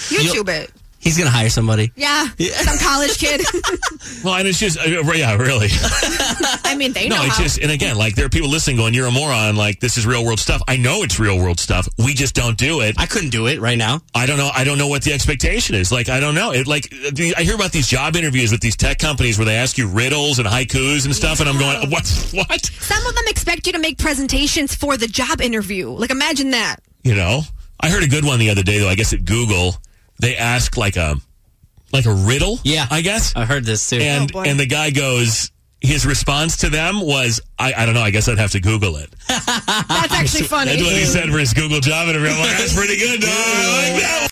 K: YouTube it.
L: He's gonna hire somebody.
K: Yeah, some college kid.
C: Well, and it's just uh, yeah, really.
K: I mean, they know.
C: no, it's
K: how.
C: just, and again, like there are people listening going, "You're a moron." Like this is real world stuff. I know it's real world stuff. We just don't do it.
L: I couldn't do it right now.
C: I don't know. I don't know what the expectation is. Like I don't know. It like the, I hear about these job interviews with these tech companies where they ask you riddles and haikus and stuff, and I'm going, "What? What?"
K: Some of them expect you to make presentations for the job interview. Like imagine that.
C: You know. I heard a good one the other day though. I guess at Google they ask like a like a riddle. Yeah, I guess
L: I heard this too.
C: And and the guy goes. His response to them was, I, I don't know. I guess I'd have to Google it.
K: That's actually funny.
C: That's what he said for his Google job interview. I'm like, that's pretty good, dog. I like that